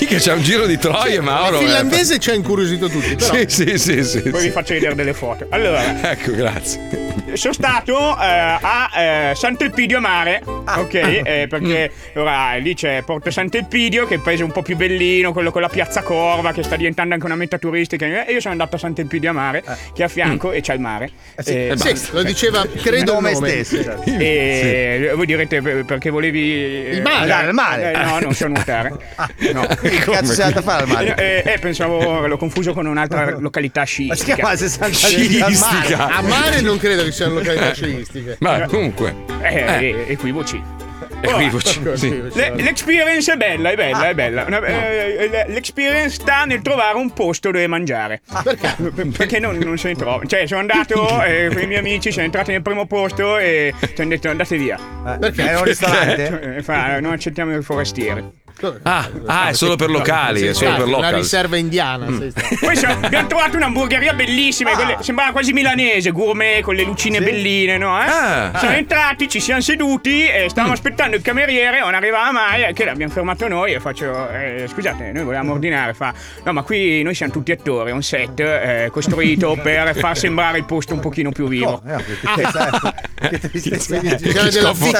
Mica c'è un giro di troie, Mauro.
Il
eh.
finlandese ci ha incuriosito tutti, però.
Sì, sì, sì, sì.
Poi
sì.
vi faccio vedere delle foto. Allora,
Ecco, grazie.
sono stato eh, a eh, Sant'Elpidio a Mare,
Ah.
ok? eh, perché
Mm.
ora lì c'è Porto Sant'Elpidio, che è il paese un po' più bellino, quello con la piazza Corva, che sta diventando anche una meta turistica. eh, E io sono andato a Sant'Elpidio a Mare, che è a fianco e c'è il mare.
Eh. Mm. sì,
Eh,
sì,
basta.
lo diceva, credo,
Nome
un nome. [laughs]
stesso, esatto. E voi direte eh, perché volevi. eh,
Il mare,
andare-
il mare. Ah.
Eh, no, non so
[laughs]
nuotare. No.
Che cazzo sei andato a fare al mare?
Eh, eh, pensavo, l'ho confuso con un'altra
[laughs]
località sciistica. [laughs]
Ma si chiama 60
Sciistica. A mare Ah, non credo che siano località sciistiche.
Ma comunque.
Eh,
Eh.
equivoci.
Oh,
Equivoci,
[laughs]
ecco,
Ora,
sì. Ah.
le- L'experience è bella, è bella, è bella. Una- eh, eh, L'experience sta nel trovare un posto dove mangiare. Perché? Perché non, non se ne trova. Cioè, sono andato eh, con i miei amici, sono entrati nel primo posto e ci hanno detto andate via.
Perché? Era un ristorante?
Eh, fa, non accettiamo i forestieri.
Ah, ah, è solo per locali, è solo per
Una
locali.
riserva
Mm.
indiana. sei stato.
Poi so- abbiamo trovato un'hamburgeria bellissima, quelle- sembrava quasi milanese, gourmet con le lucine belline, no? eh?
Ah.
siamo
Ah.
entrati, ci siamo seduti e stavamo aspettando il cameriere, non arrivava mai, che l'abbiamo fermato noi e faccio, eh, scusate, noi volevamo ordinare, fa, no ma qui noi siamo tutti attori, è un set eh, costruito per far sembrare il posto un pochino più vivo.
eh. Che scopo,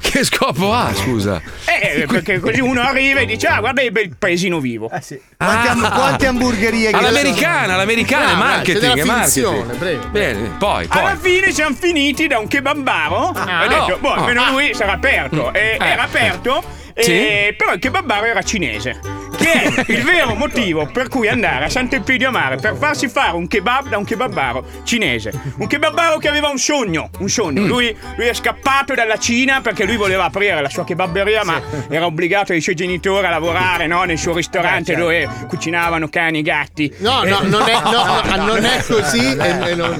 che scopo ha, scusa?
Eh, perché così uno arriva e dice, ah guarda il bel paesino vivo. Eh sì.
Quante,
Ah.
quante hamburgerie che
All'americana, all'americana, è marketing, è marketing. Bene, poi, poi. Ah,
Alla fine siamo finiti da un kebabaro. ho detto,
no.
boh, almeno lui sarà aperto.
Mm.
E
Eh.
era aperto,
Sì.
e- però il kebabaro era cinese. che è
[laughs]
il vero motivo per cui andare a Sant'Elpidio a Mare per farsi fare un kebab da un kebabaro cinese. Un kebabaro che aveva un sogno, un
Mm.
sogno. Lui, lui è scappato dalla Cina perché lui voleva aprire la sua kebabberia, ma era obbligato dai suoi genitori a lavorare no, nel suo
Eh,
ristorante
certo.
dove cucinavano cani e gatti.
No,
Eh,
no, non è, no, no,
[laughs]
non è così.
no,
Eh.
no.
e- e non-
Ah,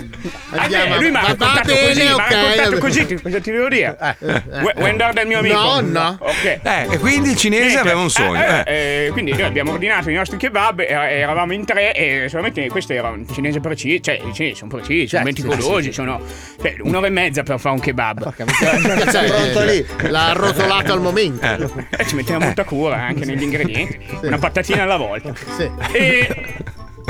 beh,
Eh, Andiamo-
lui mi ha
va- va
raccontato
bene,
così, mi ha
ok.
raccontato così, ti- cosa ti devo dire?
eh.
Vuoi- Vuoi andare dal mio amico?
No, no.
Ok.
Eh, e quindi il cinese
Niente,
aveva un sogno,
eh, eh, quindi noi abbiamo ordinato i nostri kebab, era- eravamo in tre e solamente questo era un cinese preciso, cioè i cinesi sono precisi, sono
Certo, sì,
meticolosi,
sì, sì.
sono cioè, un'ora e mezza per fare un kebab. [laughs]
Cioè, pronto lì, l'ha arrotolato al momento.
Eh.
E Eh, ci mettiamo molta cura anche negli ingredienti, una patatina alla volta. E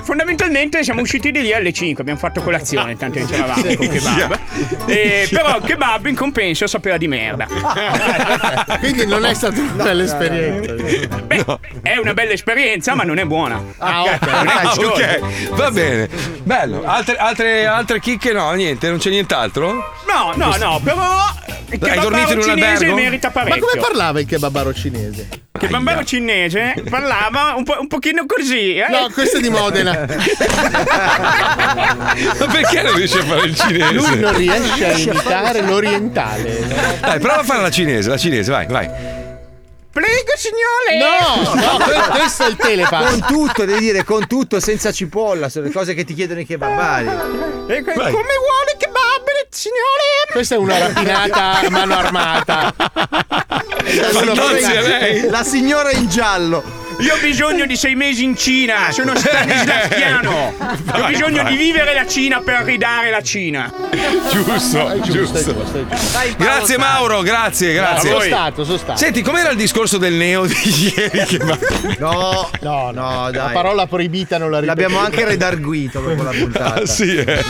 fondamentalmente siamo usciti di lì alle 5, abbiamo fatto colazione, tanto che c'eravamo
Sì.
con kebab. E, però il kebab in compenso sapeva di merda.
[laughs] Quindi non è stata una bella esperienza.
Beh, è una bella esperienza, ma non è buona. Cioè,
Ah, ok.
Non è
Ah,
gustosa.
ok, va bene. Bello. Altre, altre, altre chicche? No, niente, non c'è nient'altro?
No, no, no, però. Il
Hai
kebabaro
dormito in un
cinese
albergo?
merita
Ma
parecchio.
come parlava il kebabaro cinese?
Che bambino cinese parlava un, po', un pochino così, eh?
No, questo è di Modena.
Ma perché non riesci a fare il cinese?
Lui non [laughs] riesce a imitare l'orientale.
Dai, prova a fare la cinese, la cinese, vai, vai.
Prego,
[laughs]
No,
signore!
no, que- questo è il telepass.
Con tutto, devi dire, con tutto, senza cipolla, sono le cose che ti chiedono i kebabari.
E que-
Vai.
come vuole che babbe, signore?
Questa è una rapinata a mano armata.
La signora in giallo.
Io ho bisogno di sei mesi in Cina, sono stanislaschiano. Ho
Vai,
bisogno di
vai.
vivere la Cina per ridare la Cina.
Giusto, giusto. Grazie Mauro, grazie, grazie.
Sono stato, sono stato.
Senti, com'era il discorso del neo di [laughs] ieri? Che va-
No, no, no,
dai.
la parola proibita non la ripetiamo.
L'abbiamo anche redarguito per quella puntata.
Ah, sì, eh.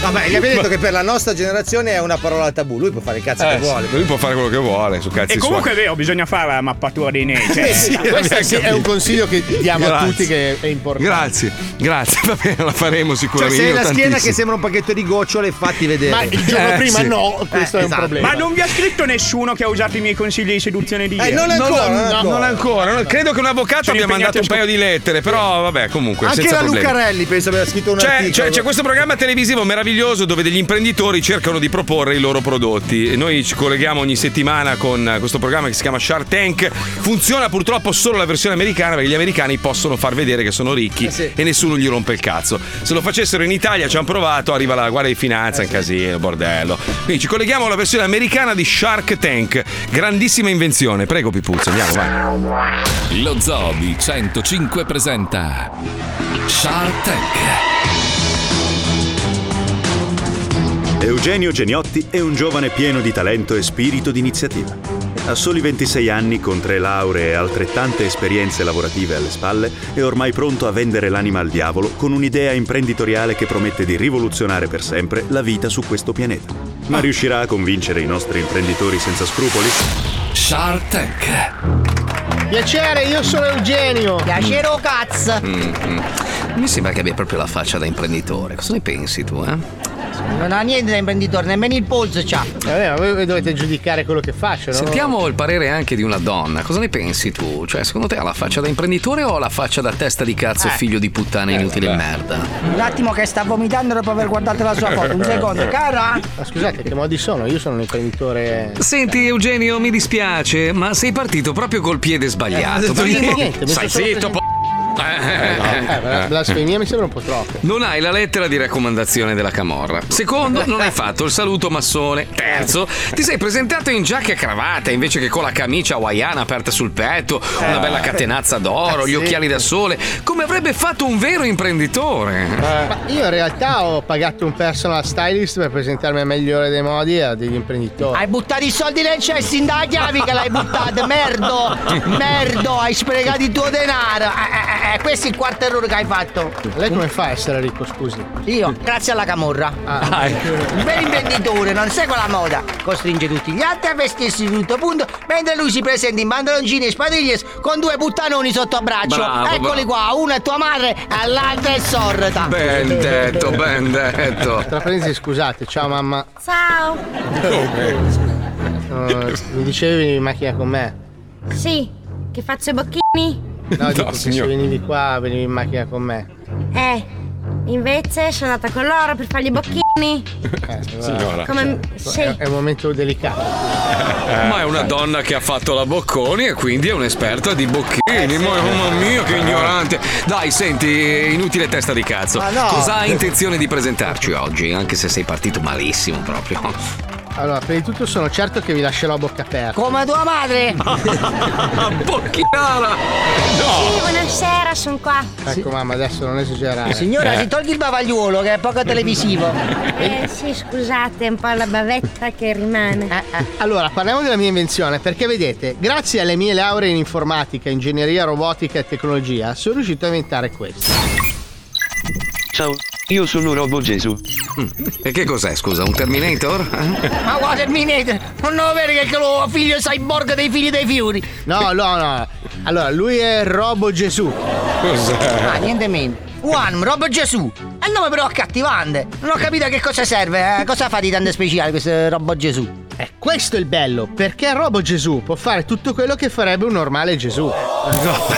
Vabbè,
gli abbiamo detto che per la nostra generazione è una parola tabù. Lui può fare il cazzo
Eh,
che vuole.
sì, Lui può fare quello che vuole, su cazzi
E comunque è vero, bisogna fare la mappatura dei nei. cioè.
Sì,
Questo
abbiamo
sì, è
capito.
un consiglio che diamo a
Grazie.
tutti che è importante.
Grazie, grazie, [laughs] va bene, la faremo
Cioè,
sicuramente.
sei
io
la schiena che
tantissimo.
sembra un pacchetto di gocciole, fatti vedere. esatto.
Ma il giorno Eh, prima sì. no, questo
esatto.
è un problema.
Ma non vi ha scritto nessuno che ha usato i miei consigli di seduzione di ieri?
no, [laughs] no, non ancora. non- Credo che un avvocato
Sono
abbia mandato un
impegnati a
paio di lettere, però vabbè, comunque.
Anche
senza
la
problemi.
Lucarelli penso abbia scritto un
C'è,
articolo.
c'è- c'è questo programma televisivo meraviglioso dove degli imprenditori cercano di proporre i loro prodotti. E noi ci colleghiamo ogni settimana con eh, questo programma che si chiama Shark Tank. Funziona purtroppo solo la versione americana perché gli americani possono far vedere che sono
Eh
ricchi e nessuno gli rompe il cazzo. Se lo facessero in Italia, ci hanno provato, arriva la Guardia di Finanza,
Eh
è un casino, bordello. Quindi ci colleghiamo alla versione americana di Shark Tank. Grandissima invenzione. Prego, Pipuzzo, andiamo, vai.
Lo Zodi 105 presenta Shark Tank.
Eugenio Geniotti è un giovane pieno di talento e spirito di iniziativa. A soli 26 anni, con tre lauree e altrettante esperienze lavorative alle spalle, è ormai pronto a vendere l'anima al diavolo con un'idea imprenditoriale che promette di rivoluzionare per sempre la vita su questo pianeta. Ma riuscirà a convincere i nostri imprenditori senza scrupoli?
Shark Tank.
Piacere, io sono Eugenio.
Piacere oh, cazzo.
Mm,
Mi sembra che abbia proprio la faccia da imprenditore. Cosa ne pensi tu, eh?
Non ha niente da imprenditore, nemmeno il polso c'ha.
Eh, Vabbè, ma voi dovete giudicare quello che faccio, no?
Sentiamo il parere anche di una donna. Cosa ne pensi tu? Cioè, secondo te ha la faccia da imprenditore o ha la faccia da testa di cazzo,
Eh.
figlio di puttana inutile merda?
Un attimo che sta vomitando dopo aver guardato la sua foto. Un
[laughs]
secondo, cara.
Ma scusate, che modi sono? Io sono un imprenditore.
Senti Eugenio, mi dispiace, ma sei partito proprio col piede sbagliato.
Eh, non ho detto
perché-
niente, mi
Stai
sono
zitto,
solo
po'.
Eh, no, eh, la blasfemia mi sembra un po' troppo.
Non hai la lettera di raccomandazione della Camorra. Secondo, non hai fatto il saluto massone. Terzo, ti sei presentato in giacca e cravatta invece che con la camicia hawaiana aperta sul petto, una bella catenazza d'oro,
Eh,
gli occhiali da sole, come avrebbe fatto un vero imprenditore.
Eh.
Ma io in realtà ho pagato un personal stylist per presentarmi al migliore dei modi a degli imprenditori.
Hai buttato i soldi nel cesso in da chiavi che l'hai buttato, merdo! Merdo, hai sprecato il tuo denaro! Eh, eh, eh, questo è il quarto errore che hai fatto.
Lei come fa a essere ricco, scusi? Ah,
Io, grazie alla camorra. Un bel imprenditore, non segue la moda. Costringe tutti gli altri a vestirsi tutto punto, mentre lui si presenta in pantaloncini e spadriglie con due puttanoni sotto a braccio.
Bravo,
Eccoli qua, una è tua madre e l'altra è sorda.
Ben detto, ben detto.
Tra parentesi, scusate, ciao mamma.
Ciao!
Eh, mi Oh, dicevi in macchina con me.
Sì, che faccio i bocchini?
No, dico che se
signor.
venivi qua, venivi in macchina con me.
Eh, invece sono andata con loro per fargli i bocchini.
Eh,
Signora.
Come-
Cioè, è, è un momento delicato.
Eh.
Ma è una donna che ha fatto la Bocconi e quindi è un'esperta di
Eh,
bocchini. Ma- Mamma mia, che ignorante! Dai, senti, inutile testa di cazzo.
Ma no.
Cosa hai intenzione di presentarci oggi? Anche se sei partito malissimo proprio.
Allora, prima di tutto sono certo che vi lascerò a bocca aperta.
Come tua madre!
Bocchinara!
Sì, buonasera, sono qua.
Ecco mamma, adesso non esagerare. Eh.
Signora,
Eh.
si tolghi il bavagliuolo che è poco televisivo.
Eh sì, scusate, è un po' la bavetta che rimane.
Allora, parliamo della mia invenzione, perché vedete, grazie alle mie lauree in informatica, ingegneria robotica e tecnologia, sono riuscito a inventare questo.
Ciao, io sono Robo Gesù. Mm. E che cos'è, scusa? Un
[laughs]
Terminator?
Ma guarda il minete! Non è vero che quello figlio cyborg dei figli dei fiori!
No, no, no. Allora, lui è Robo Gesù.
Ah, niente meno. Juan, Rob Gesù! È il nome però accattivante! Non ho capito a che cosa serve, eh. cosa fa di tanto speciale questo Robo Gesù?
Eh, questo è il bello, perché Robo Gesù può fare tutto quello che farebbe un normale Gesù.
[laughs]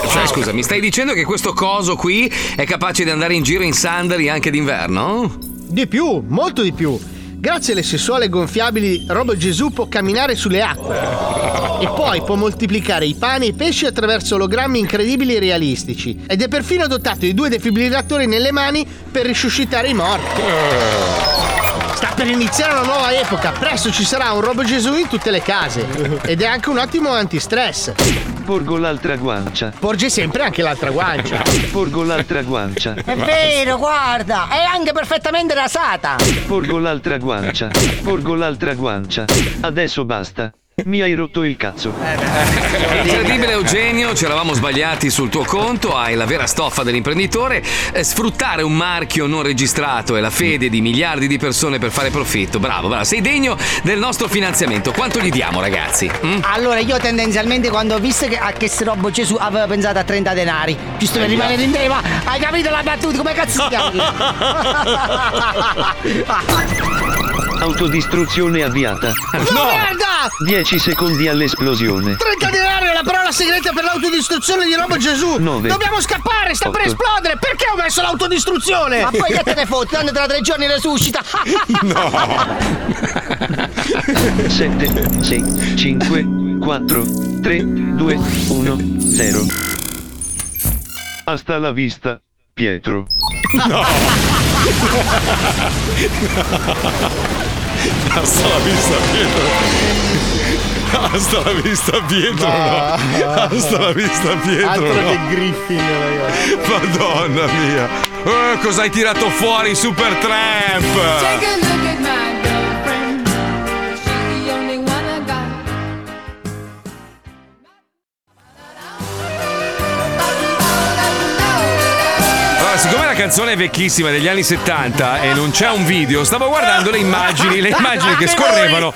Cioè, scusa, mi stai dicendo che questo coso qui è capace di andare in giro in sandali anche d'inverno?
Di più, molto di più. Grazie alle sessuole gonfiabili, Robo Gesù può camminare sulle acque. E poi può moltiplicare i pani e i pesci attraverso ologrammi incredibili e realistici. Ed è perfino dotato di due defibrillatori nelle mani per risuscitare i morti. Sta per iniziare una nuova epoca, presto ci sarà un Robo Gesù in tutte le case. Ed è anche un ottimo antistress.
Porgo l'altra guancia.
Porge sempre anche
[laughs]
l'altra guancia.
Porgo l'altra guancia.
È vero, guarda! È anche perfettamente rasata!
Porgo l'altra guancia. Porgo l'altra guancia. Adesso basta. Mi hai rotto il cazzo.
Eh,
Incredibile Eugenio, ci eravamo sbagliati sul tuo conto, hai la vera stoffa dell'imprenditore. Eh, Sfruttare un marchio non registrato e la fede di miliardi di persone per fare profitto. Bravo, bravo, sei degno del nostro finanziamento. Quanto gli diamo, ragazzi? Mm?
Allora, io tendenzialmente quando ho visto che a che sto Robo Gesù avevo pensato a 30 denari, giusto per
Eh,
rimanere in
già.
tema, hai capito la battuta? Come cazzo si
[laughs]
chiama?
Autodistruzione avviata.
Merda!
10 Ah, secondi all'esplosione.
30 denari è la parola segreta per l'autodistruzione di Robo Gesù!
Nove.
Dobbiamo scappare, sta per
Otto.
esplodere! Perché ho messo l'autodistruzione?
Ma poi che te ne fotti? Tanto tra tre giorni resuscita!
No.
[laughs]
7, 6, 5, 4, 3, 2, 1, 0. Hasta la vista, Pietro.
No. Basta la vista Pietro. Basta la vista Pietro. No. Basta la vista Pietro.
Altro che
No.
Griffin, ragazzi.
Madonna mia. Eh, cosa hai tirato fuori, Super Tramp?
Allora, siccome la canzone è vecchissima degli anni 70 e non c'è un video, stavo guardando le immagini, le immagini che scorrevano.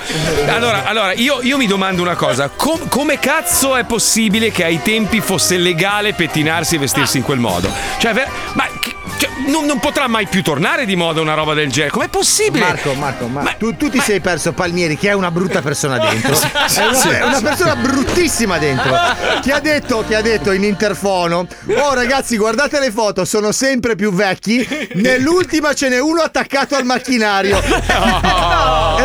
Allora, allora io, io mi domando una cosa: Com- come cazzo è possibile che ai tempi fosse legale pettinarsi e vestirsi in quel modo? Cioè, ver- ma che- cioè, non, non potrà mai più tornare di moda una roba del genere. Com'è possibile?
Marco, Marco, ma tu, tu ti sei perso Palmieri che è una brutta persona dentro.
[laughs] Sì, sì,
È una,
sì.
è una persona bruttissima dentro. Ti ha detto, ti ha detto in interfono, oh ragazzi guardate le foto, sono sempre più vecchi, nell'ultima ce n'è uno attaccato al
[laughs]
macchinario. [laughs]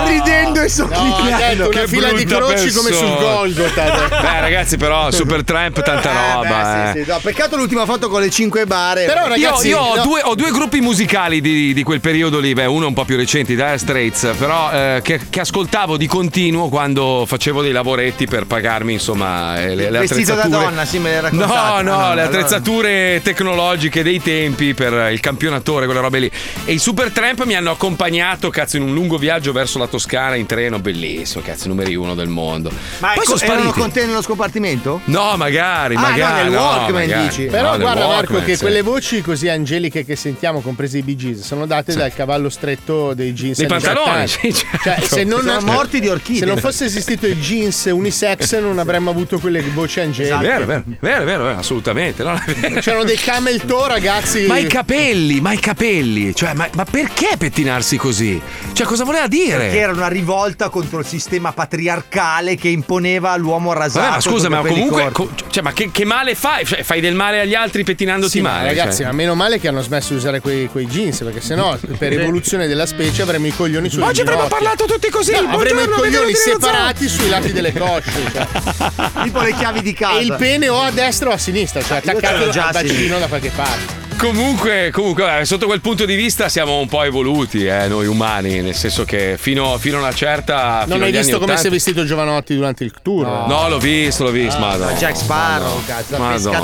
Ridendo e sogghignando.
detto una Che fila di brutta croci come persona. sul Golgotha.
Beh, ragazzi, però, Super Tramp, tanta roba. eh.
Sì, no, peccato l'ultima foto con le 5 bare.
Io- io, ho, due, ho due gruppi musicali di, di quel periodo lì, beh, uno un po' più recente, i Dire Straits, però eh, che, che ascoltavo di continuo quando facevo dei lavoretti per pagarmi, insomma, eh, le, le
Vestito da
attrezzature.
donna, sì, me le
No, no,
raccontate. Ah,
le
allora-
attrezzature tecnologiche dei tempi per il campionatore, quelle robe lì. E i Super Tramp mi hanno accompagnato, cazzo, in un lungo viaggio verso la Toscana in treno, bellissimo, cazzo, numeri uno del mondo.
Ma
Poi sono
ecco, erano
spariti.
con te nello scompartimento?
No, magari,
Ah, no,
magari.
nel Walkman,
magari.
dici.
No,
Però
nel
guarda Marco
Walkman,
che
sì.
quelle voci così angeliche che sentiamo, comprese i Bee Gees, sono date dal cavallo stretto dei jeans.
Dei
anni
pantaloni,
70.
sì, certo.
cioè, se non,
Sono morti di orchidee.
Se non fosse esistito il jeans unisex non avremmo avuto quelle voci angeliche.
Esatto. Vero,
[laughs]
vero, vero, vero, vero, assolutamente. no, è vero.
C'erano dei camel toe ragazzi
sì.
Ma i capelli, ma i capelli. Cioè, ma, ma perché pettinarsi così? Cioè, cosa voleva dire?
Perché era una rivolta contro il sistema patriarcale che imponeva l'uomo rasato.
Esatto,
Vabbè, ma scusa,
con i
ma
capelli
comunque.
corti.
co- cioè, ma che, che male fai? Cioè, fai del male agli altri pettinandoti
Sì, ma
male.
ragazzi,
cioè.
ma meno male che hanno smesso di usare quei, quei jeans, perché sennò per evoluzione della specie avremmo i coglioni sulle
Oggi avremmo
ginocchia.
parlato tutti così,
No, avremmo i
buongiorno,
coglioni
benvenuti nello zoo.
separati sui lati delle cosce. cioè.
Tipo le chiavi di casa.
E il pene o a destra o a sinistra,
Ah,
cioè
ce l'ho
attaccato
già,
al
sì.
bacino da qualche parte.
Comunque, comunque, eh, sotto quel punto di vista siamo un po' evoluti, eh, noi umani, nel senso che fino, fino a una certa.
Non
fino
hai
agli
visto
anni
come si è
80
vestito Giovanotti durante il tour?
No, l'ho visto, l'ho visto, madonna.
Ah, Jack Sparrow,
cazzo, da Madonna.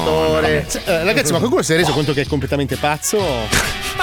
pescatore.
Eh, ragazzi, ma qualcuno si è reso conto che è completamente pazzo?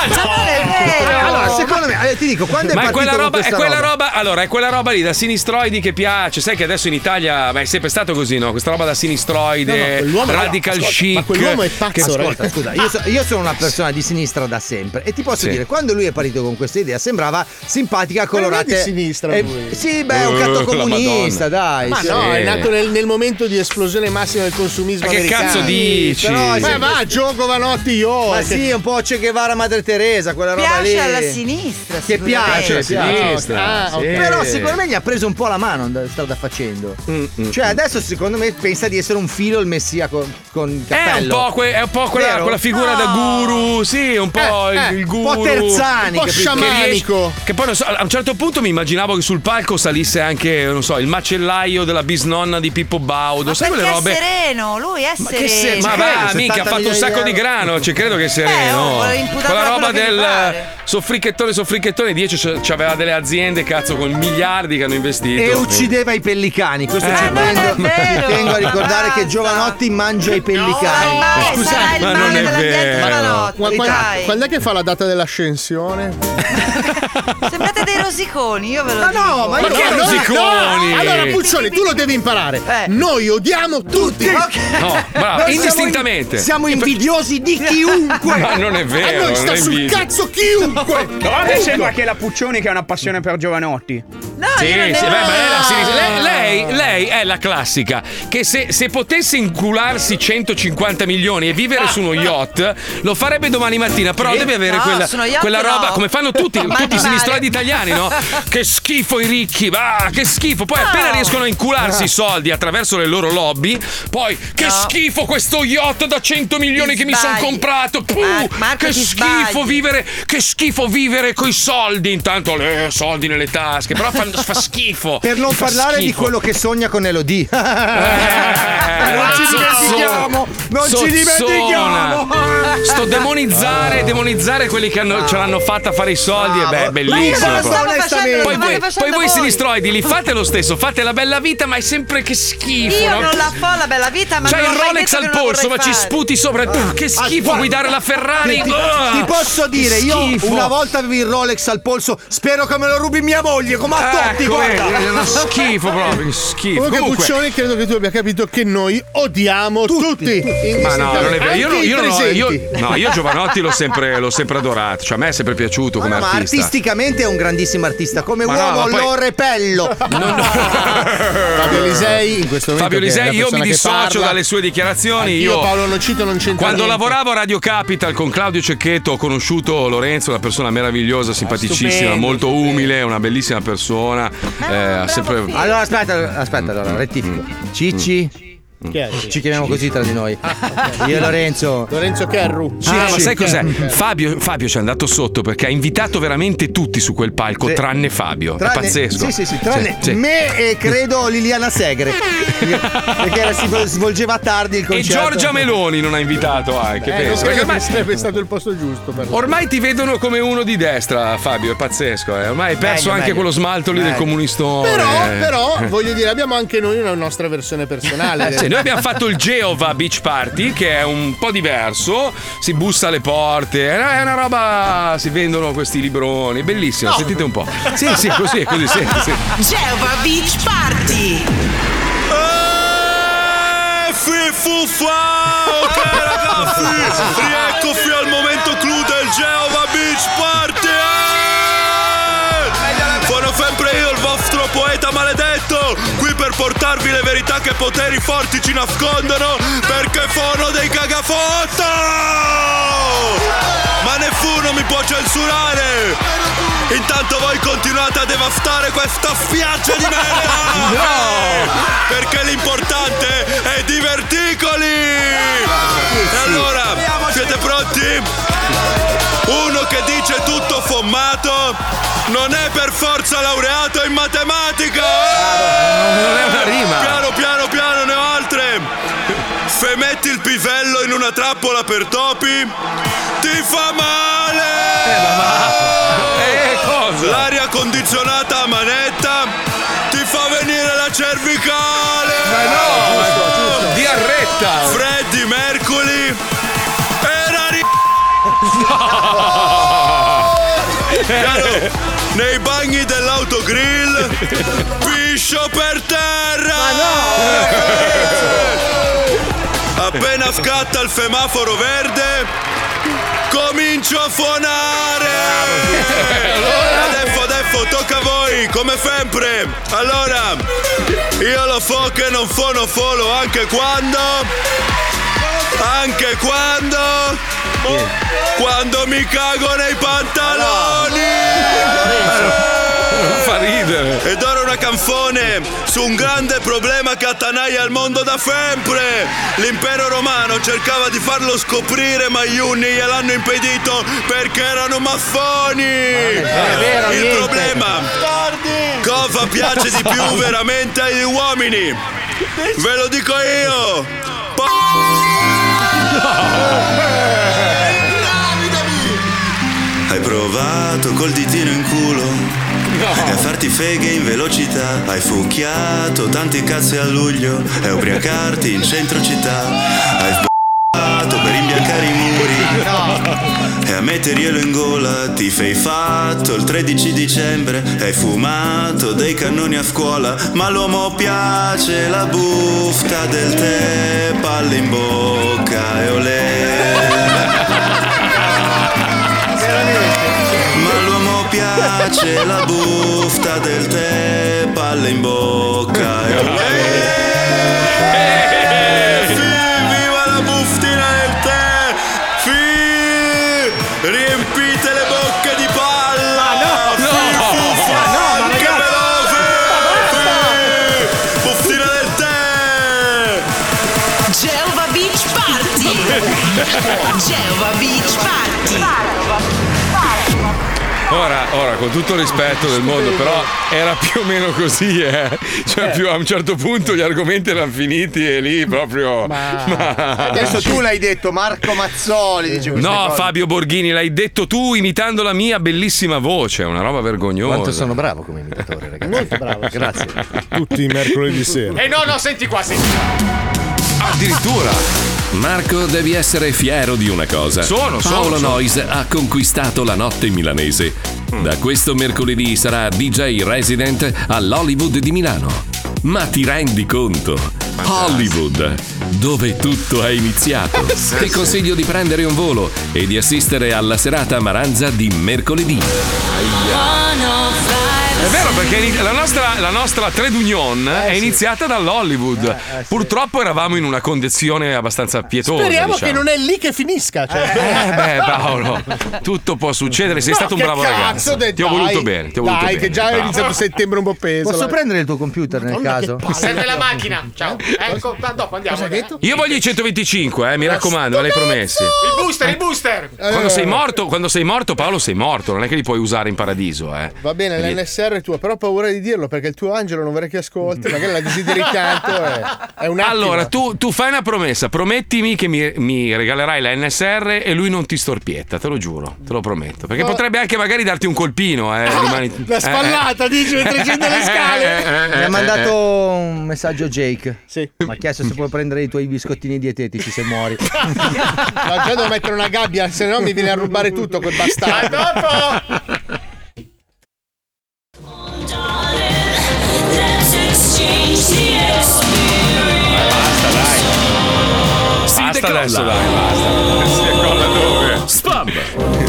Allora, secondo me, eh, ti dico, quando è
Cioè, Ma è
partito
quella,
con
roba, è
questa
quella roba- allora, è quella roba lì da sinistroidi che piace. Sai che adesso in Italia ma è sempre stato così, no? Questa roba da sinistroide, radical
allora, ascolta,
chic.
ma quell'uomo è
che-
pazzo,
ragazzi.
ascolta,
scusa,
io so-
io
sono una persona di sinistra da sempre e ti posso
Sì.
dire, quando lui è partito con questa idea sembrava simpatica, colorata.
di sinistra
Eh,
lui.
Sì, beh, è un
Eh,
catto
la
comunista,
Madonna.
dai.
Ma
sì.
no, è nato nel, nel momento di esplosione massima del consumismo
Ma che
americano.
cazzo dici?
Però è
Ma
sempre-
va,
Gio Giovanotti, io.
Ma sì, un po' Che Guevara Madre Teresa, quella roba lì.
Piace alla sinistra,
Che piace,
sicuramente.
piace.
Ah, ok.
Però secondo me gli ha preso un po' la mano and- strada facendo.
Mm,
Cioè adesso secondo me pensa di essere un filo il messia con, con il
È un
cappello.
po', que- è un po' quella,
Vero?
quella figura da guru, sì, un po'
Eh, eh,
il, il
un
guru.
po' Terzani,
Che riesce-
sciamanico.
Che, poi non so, a un certo punto mi immaginavo che sul palco salisse anche, non so, il macellaio della bisnonna di Pippo Baudo. sai quelle
Perché
robe?
è sereno, lui è
Ma che se-
sereno.
ma va, mica, ha fatto un sacco di grano, ci credo che sia
oh,
sereno.
vuole imputarla
Quella
a quello
roba
che gli
del
pare.
soffrichettone, soffrichettone, dieci c'è- c'aveva delle aziende, cazzo, con miliardi che hanno investito.
E uccideva i pellicani. Questo
Eh,
ci
ma non
tengo,
è vero,
ci tengo a ricordare che Giovanotti mangia i pellicani.
Scusate,
ma non è vero.
Qua- qua-
dai.
Quando è che fa la data dell'ascensione?
Sembrate dei rosiconi, io ve lo dico.
Oh,
no, ma io- no, no, no. Allora, Puccioli, tu lo devi imparare. Noi odiamo tutti.
No, bravo,
Noi
indistintamente.
Siamo, siamo
[laughs]
invidiosi di chiunque.
Ma non è vero,
A noi sta
non è
sul
invidia.
cazzo chiunque.
No, a me sembra che è la Puccioni che ha una passione per Giovanotti.
No,
Sì, sì, beh, ma lei, è la sinistra- lei- lei- lei è la classica che se, se potesse incularsi 150 milioni e vivere su uno yacht lo farebbe domani mattina, però
Ah. Sì.
deve avere
No,
quella,
su uno yacht
quella
no.
roba come fanno tutti,
[laughs] Ma male.
tutti i sinistrati
[laughs]
italiani, no? Che schifo i ricchi, va, che schifo. Poi appena riescono a incularsi i soldi attraverso le loro lobby, poi che
Ah. No.
schifo questo yacht da 100 milioni
Ti
che mi sono
sbagli.
comprato. Puh,
Mar- Marco,
che
ti
schifo
sbagli.
vivere, che schifo vivere coi soldi. Intanto le soldi nelle tasche, però fa, fa schifo.
[laughs] Per non
Fa
parlare di
schifo. Eh,
quello che sogna con Elodie. non ci
Sozzona.
dimentichiamo! Non ci
Sozzona.
dimentichiamo! Ah.
Sto demonizzare, demonizzare quelli che hanno- ce l'hanno fatta fare i soldi. E Eh beh, è
Ma
bellissimo.
io stavo
proprio.
facendo lo
Poi
state
voi,
facendo
poi voi
voi.
sinistroidi li fate lo stesso, fate la bella vita, ma è sempre che schifo.
Io
no?
non la fo la bella vita, ma
C'hai
non
il
ho mai
Rolex
detto che non
al
la
polso, ma
vorrei
ci
fare.
sputi sopra. Tu, che schifo
Ascolta,
guidare la Ferrari.
Ti, ti-
Ah,
ti posso
che
dire, io
schifo.
una volta avevo il Rolex al polso, spero che me lo rubi mia moglie, come a tutti,
Ecco,
guarda!
vedi, è uno schifo proprio, che schifo.
Comunque,
Comunque-
Puccioni, credo che tu abbia capito che noi odiamo tutti.
Ma Ah, no, non è vero. Io, non-
Anche i
io, non ho-
presenti.
io- no, io Giovanotti l'ho sempre, l'ho sempre adorato. Cioè, a me è sempre piaciuto come
No, ma
artista.
artisticamente è un grandissimo artista, come
Ma no,
uomo
ma poi- [laughs]
lo repello.
Fabio Lisei, in questo momento.
Eh. Fabio
che è la
Lisei, io mi
persona che
dissocio
parla,
dalle sue dichiarazioni.
Io,
Io,
Paolo Nocito non c'entra
quando
niente.
lavoravo a Radio Capital con Claudio Cecchetto ho conosciuto Lorenzo, una persona
Ah,
meravigliosa, simpaticissima,
stupendo,
molto umile, una bellissima persona.
Ah,
Eh, ha sempre...
Allora aspetta, aspetta, allora rettifico.
Mm.
Cicci.
Chi è?
Ci chiamiamo così tra di noi. Io e Lorenzo.
Lorenzo Kerru.
Ah, ma
Cicci.
sai cos'è? Fabio, Fabio ci è andato sotto perché ha invitato veramente tutti su quel palco, tranne Fabio.
Tranne-
È pazzesco.
Sì, sì, sì, tranne
Sì, sì.
me e credo Liliana Segre. perché era- si svolgeva tardi il
E
concerto.
Giorgia Meloni non ha invitato anche,
Eh,
penso.
non credo
Perché
che
ormai,
sarebbe stato il posto giusto per
ormai ti vedono come uno di destra, Fabio, è pazzesco. eh. Ormai hai perso
Meglio,
anche
meglio.
quello smalto lì del
Meglio.
comunistone.
Però, però,
Eh.
voglio dire, abbiamo anche noi una nostra versione personale.
[laughs] Sì, noi abbiamo fatto il Geova Beach Party che è un po' diverso, si bussa alle porte, è una roba, si vendono questi libroni, bellissimo, sentite un po'. Sì, sì, così, così, sì, sì.
Geova Beach Party.
Fifufau, cara ragazzi! Rieccoci al momento clou del Geova Beach Party! Sono sempre io, il vostro poeta Profeta maledetto, qui per portarvi le verità che poteri forti ci nascondono perché sono dei cagafotto! Ma nessuno mi può censurare! Intanto voi continuate a devastare questa spiaggia di merda! [laughs] Perché l'importante è diverticoli! E allora, siete pronti? Uno che dice tutto fommato non è per forza laureato in matematica. Eh, Non è una rima. Piano piano piano ne ho altre. Se metti il pisello in una trappola per topi, ti fa Eh, male. L'aria condizionata a manetta ti fa venire la cervicale. Oh, Ma no, diarretta. Freddy Mercury era ri- [laughs] Chiaro, nei bagni dell'autogrill piscio per terra ma no appena scatta il semaforo verde comincio a suonare adesso adesso tocca a voi come sempre allora io lo so che non sono solo anche quando anche quando quando mi cago nei pantaloni
[laughs]
fa ridere ed ora una canzone su un grande problema che attanaglia il mondo da sempre l'impero romano cercava di farlo scoprire ma gli unni gliel'hanno impedito perché erano maffoni
Ah, vero
il
niente.
problema cosa piace di
[laughs]
più veramente agli uomini ve lo dico io
Eh.
[laughs] Hai provato col ditino in culo E a farti feghe in velocità Hai fucchiato tanti cazzi a luglio E a ubriacarti in centro città Hai sbagliato per imbiancare i muri E a metterielo in gola Ti fei fatto il 13 dicembre Hai fumato dei cannoni a scuola Ma all'uomo piace la bufta del tè Palle in bocca e olè ma all'uomo piace la bufta del tè, palle in bocca e olè.
Eh, Viva la buftina del tè! Fi! Riempite le bocche di palla! Ah, No, no, fuffa, no, anche veloce! Fi! Buftina del tè!
Gelva Beach
[laughs]
Party! Gelva Beach Party!
Ora, ora, con tutto il rispetto del mondo, però era più o meno così, eh. Cioè, più a un certo punto gli argomenti erano finiti e lì proprio. Ma-
Adesso tu l'hai detto, Marco Mazzoli dice queste
No,
cose.
Fabio Borghini, l'hai detto tu imitando la mia bellissima voce, è una roba vergognosa.
Quanto sono
bravo come imitatore, ragazzi. Molto bravo,
grazie.
Tutti i mercoledì sera.
E no, no, senti qua, senti
Addirittura.
Marco, devi essere fiero di una cosa.
Sono, sono,
Paolo
sono. Mm.
Noyes ha conquistato la notte milanese. Da questo mercoledì sarà DJ resident all'Hollywood di Milano. Ma ti rendi conto? Hollywood, dove tutto è
[laughs]
iniziato.
Sì,
Ti
sì.
consiglio di prendere un volo e di assistere alla serata a Maranza di mercoledì.
È vero perché in- la nostra, la nostra trade union
Eh,
è iniziata dall'Hollywood. Purtroppo eravamo in una condizione abbastanza pietosa.
Speriamo che
diciamo.
non è lì che finisca. Cioè.
Eh beh Paolo, tutto può succedere, sei
No,
stato un
che
bravo
cazzo,
ragazzo.
dai,
ti ho voluto bene, ti ho voluto
dai,
bene.
che già è
bravo.
iniziato settembre un po' peso.
Posso
dai.
prendere il tuo computer nel caso?
Serve la
Eh, macchina. Ciao.
Eh?
Ecco, dopo andiamo. Cosa hai detto?
Io voglio i 125, eh, mi raccomando, me l'hai promessi.
Il booster, il booster.
Eh,
Quando sei morto, quando sei morto, Paolo, sei morto, non è che li puoi usare in paradiso, eh.
Va bene,
Quindi-
l'NSR è tua, però ho paura di dirlo perché il tuo angelo non vorrei che ascolti, magari la desideri tanto. È, è un attimo.
Allora, tu, tu fai una promessa, promettimi che mi, mi regalerai la NSR e lui non ti storpietta, te lo giuro, te lo prometto. Perché
Ma-
potrebbe anche magari darti un colpino, eh. rimani-
Oh. Ah, La spallata,
eh, eh.
dici, mentre scende le scale.
[laughs] Eh, eh,
Mi
eh,
ha mandato
eh.
un messaggio Jake. Mi ha chiesto se puoi prendere i tuoi biscottini dietetici se
[laughs]
muori.
Ma già devo mettere una gabbia, se no mi viene a rubare tutto quel bastardo.
Basta, dai.
Basta adesso, dai, basta. Si decolla dove?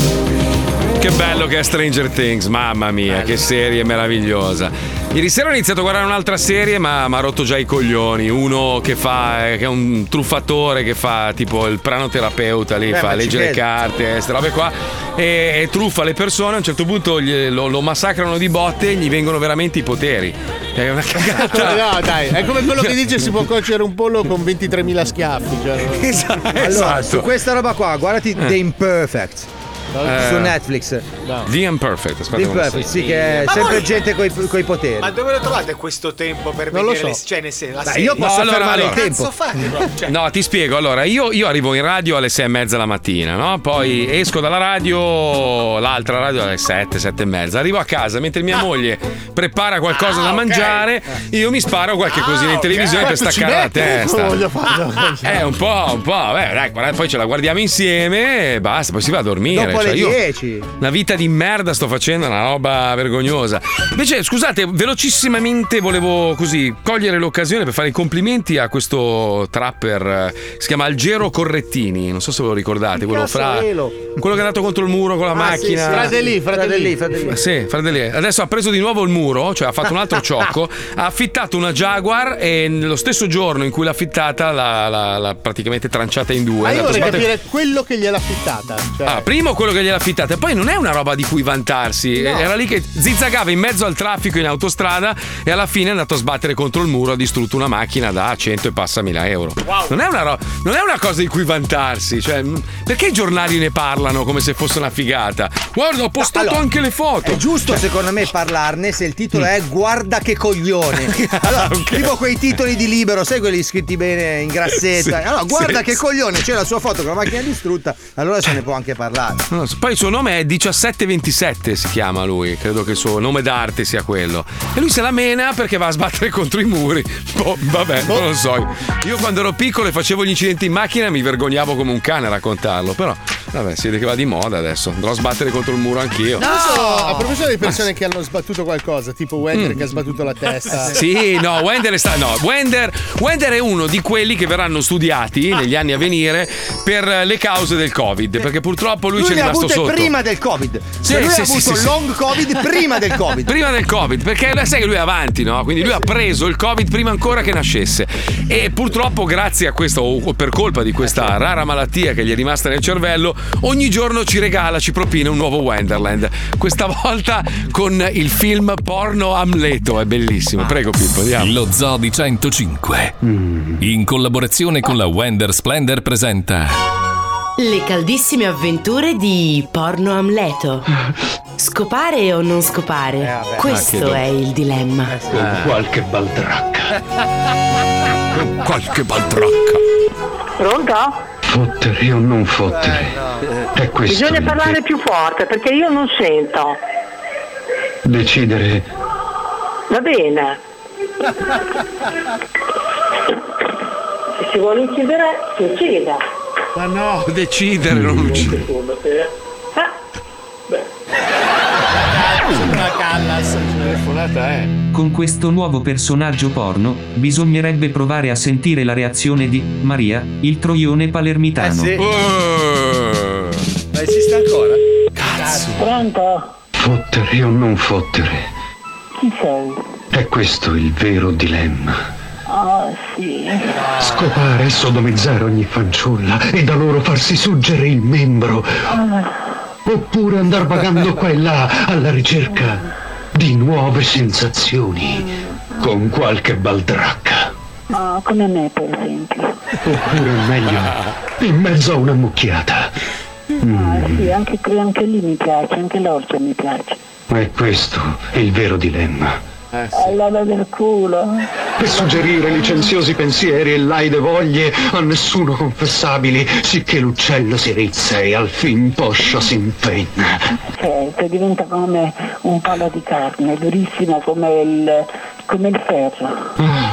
Che bello che è Stranger Things, mamma mia, che serie meravigliosa. Ieri sera ho iniziato a guardare un'altra serie, ma mi ha rotto già i coglioni. Uno che fa, eh, che è un truffatore che fa tipo il pranoterapeuta lì,
Eh, ma
fa
ci
leggere le
credo.
carte, queste robe qua. E, e truffa le persone. A un certo punto gli- lo, lo massacrano di botte e gli vengono veramente i poteri. È una [laughs]
[laughs]
cagata.
[laughs] No, dai, è come quello che dice si può cuocere un pollo con 23.000 schiaffi.
[laughs]
Cioè.
Esatto.
Allora,
su questa roba qua, guardati
Eh.
The Imperfect. Su Netflix.
The Imperfect,
The
aspetta. come
Imperfect,
si-
sì, che è
Ma
sempre
voi-
gente coi, coi poteri.
Ma dove lo trovate questo tempo per
Non lo
vedere
so.
le cioè, nel senso, la
Dai,
serie?
io posso
No, allora,
fermare
allora.
il tempo.
Cazzo fate, bro? Cioè,
No, ti spiego. Allora, io, io arrivo in radio alle sei e mezza la mattina, no? Poi esco dalla radio, l'altra radio alle sette, sette e mezza. Arrivo a casa mentre
Ah.
mia moglie prepara qualcosa da mangiare, io mi sparo qualche cosina in televisione per
Quanto Ah, Eh, ci
staccare la
metti?
testa.
Non voglio farlo.
Eh, un po', un po', beh, dai, guarda, poi ce la guardiamo insieme e basta, poi si va a dormire.
Dopo
Cioè,
le
io
10.
Una vita di merda sto facendo, una roba vergognosa. Invece, scusate, velocissimamente volevo così cogliere l'occasione per fare i complimenti a questo trapper. eh, Si chiama Algero Correttini. Non so se ve lo ricordate, quello
cazzo
fra.
è Elo?
Ah. Quello che è andato contro il muro con la
Ah,
macchina.
Fratelli, fratelli.
Eh, Sì, fratelli. Adesso ha preso di nuovo il muro, cioè ha fatto un
[laughs]
altro ciocco, ha affittato una Jaguar e nello stesso giorno in cui l'ha affittata l'ha, l'ha- l'ha praticamente tranciata in due.
Ma
È
io
andato
vorrei
a sbattere-
capire quello che gliel'ha affittata. Cioè,
Ah, primo quello che gliel'ha affittata, poi non è una roba di cui vantarsi.
No.
Era lì che zizzagava in mezzo al traffico in autostrada e alla fine è andato a sbattere contro il muro, ha distrutto una macchina da 100 e passa mila euro. Non, è una ro- non è una cosa di cui vantarsi. Cioè, mh, perché i giornali ne parlano come se fosse una figata? Guarda, ho postato
allora,
anche le foto. Mm.
È giusto secondo me parlarne se il titolo è Guarda che coglione.
[laughs]
Allora,
Ok.
Tipo quei titoli di libero, sai quelli scritti bene in grassetta.
Sì,
allora, guarda
sì,
che
sì.
coglione, c'è la sua foto con la macchina distrutta, allora se ne può anche parlare.
Non lo so. Poi il suo nome è 1727, si chiama lui. Credo che il suo nome d'arte sia quello. E lui se la mena perché va a sbattere [laughs] contro i muri. Boh, vabbè, non lo so. Io quando ero piccolo e facevo gli incidenti in macchina mi vergognavo come un cane a raccontarlo. Però, vabbè, si vede che va di moda adesso. Andrò a sbattere contro il muro anch'io.
adesso, a proposito di persone che hanno sbattuto qualcosa, tipo Wender che ha sbattuto la testa.
[laughs] Sì, no, Wender è, sta- no, Wender- Wender è uno di quelli che verranno studiati negli anni a venire per le cause del Covid, perché purtroppo lui,
Lui
c'è
le ha
rimasto
avute
sotto.
prima del Covid.
Sì,
Cioè, lui
sì,
ha
sì,
avuto
sì, sì.
long Covid prima del Covid. Eh
Prima del Covid, perché la- sai che lui è avanti, no? Quindi lui ha preso il Covid prima ancora che nascesse. E purtroppo, grazie a questa, o per colpa di
Eh
questa rara malattia che gli è rimasta nel cervello, ogni giorno ci regala, ci propina un nuovo Wonderland. Questa volta con il film porno Amleto, è bellissimo. Prego, Pippo, Mm. andiamo.
Lo Zoo di 105, in collaborazione con la Wender Splendor, presenta
Le caldissime avventure di Porno Amleto. Scopare o non scopare?
Ah,
Questo
chiedo.
è il dilemma.
Eh.
Qualche baldracca.
[laughs]
Qualche baldracca.
Pronto?
Fottere o non fottere? È questo.
Bisogna
il-
parlare più forte perché io non sento.
Decidere.
Va bene.
[laughs]
Se si vuole uccidere, si uccida.
Ma no!
Decidere, non uccidere.
Sembra Callas. Telefonata, eh.
Con questo nuovo personaggio porno, bisognerebbe provare a sentire la reazione di Maria, il troione palermitano.
Ma esiste ancora?
Cazzo. Pronto?
Fottere o non fottere?
Chi sei?
È questo il vero dilemma.
Oh sì.
Scopare e sodomizzare ogni fanciulla e da loro farsi suggere il membro.
Ah.
Oppure andar vagando qua e là alla ricerca di nuove sensazioni con qualche baldracca.
Ah, come me per esempio.
Oppure meglio, in mezzo a una mucchiata. Mm,
Ah sì, anche, qui- anche lì mi piace, anche l'orcio mi piace.
È questo il vero dilemma.
Eh,
Allora del culo.
Per suggerire licenziosi pensieri e laide voglie a nessuno confessabili, sicché l'uccello si rizza e al fin poscia si impenna.
Certo, diventa come un palo di carne, durissima come il, come il ferro. Mm.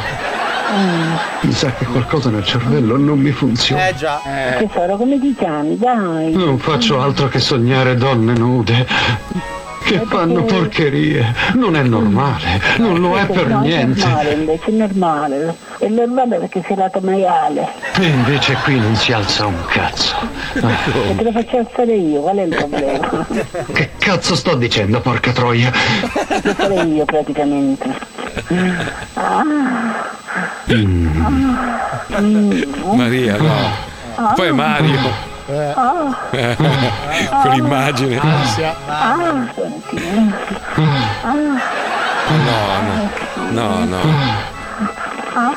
Ah, Mi sa che qualcosa nel cervello non mi
Eh,
funziona.
già. Tesoro, come ti chiami? Dai.
Non faccio altro che sognare donne nude. che fanno porcherie. Non è normale, non lo è per
No, È
niente.
normale invece, è normale. È normale perché sei lato maiale.
E invece qui non si alza un cazzo. Ah.
E
Oh.
[laughs] te lo faccio alzare io, qual è il
[laughs]
problema?
Che cazzo sto dicendo, porca troia?
Lo farei io praticamente. Ah, mm.
Maria, no.
ah,
Poi Mario. eh,
ah,
[laughs] Con l'immagine.
ah, senti. Ah,
No, no. No, no.
ah,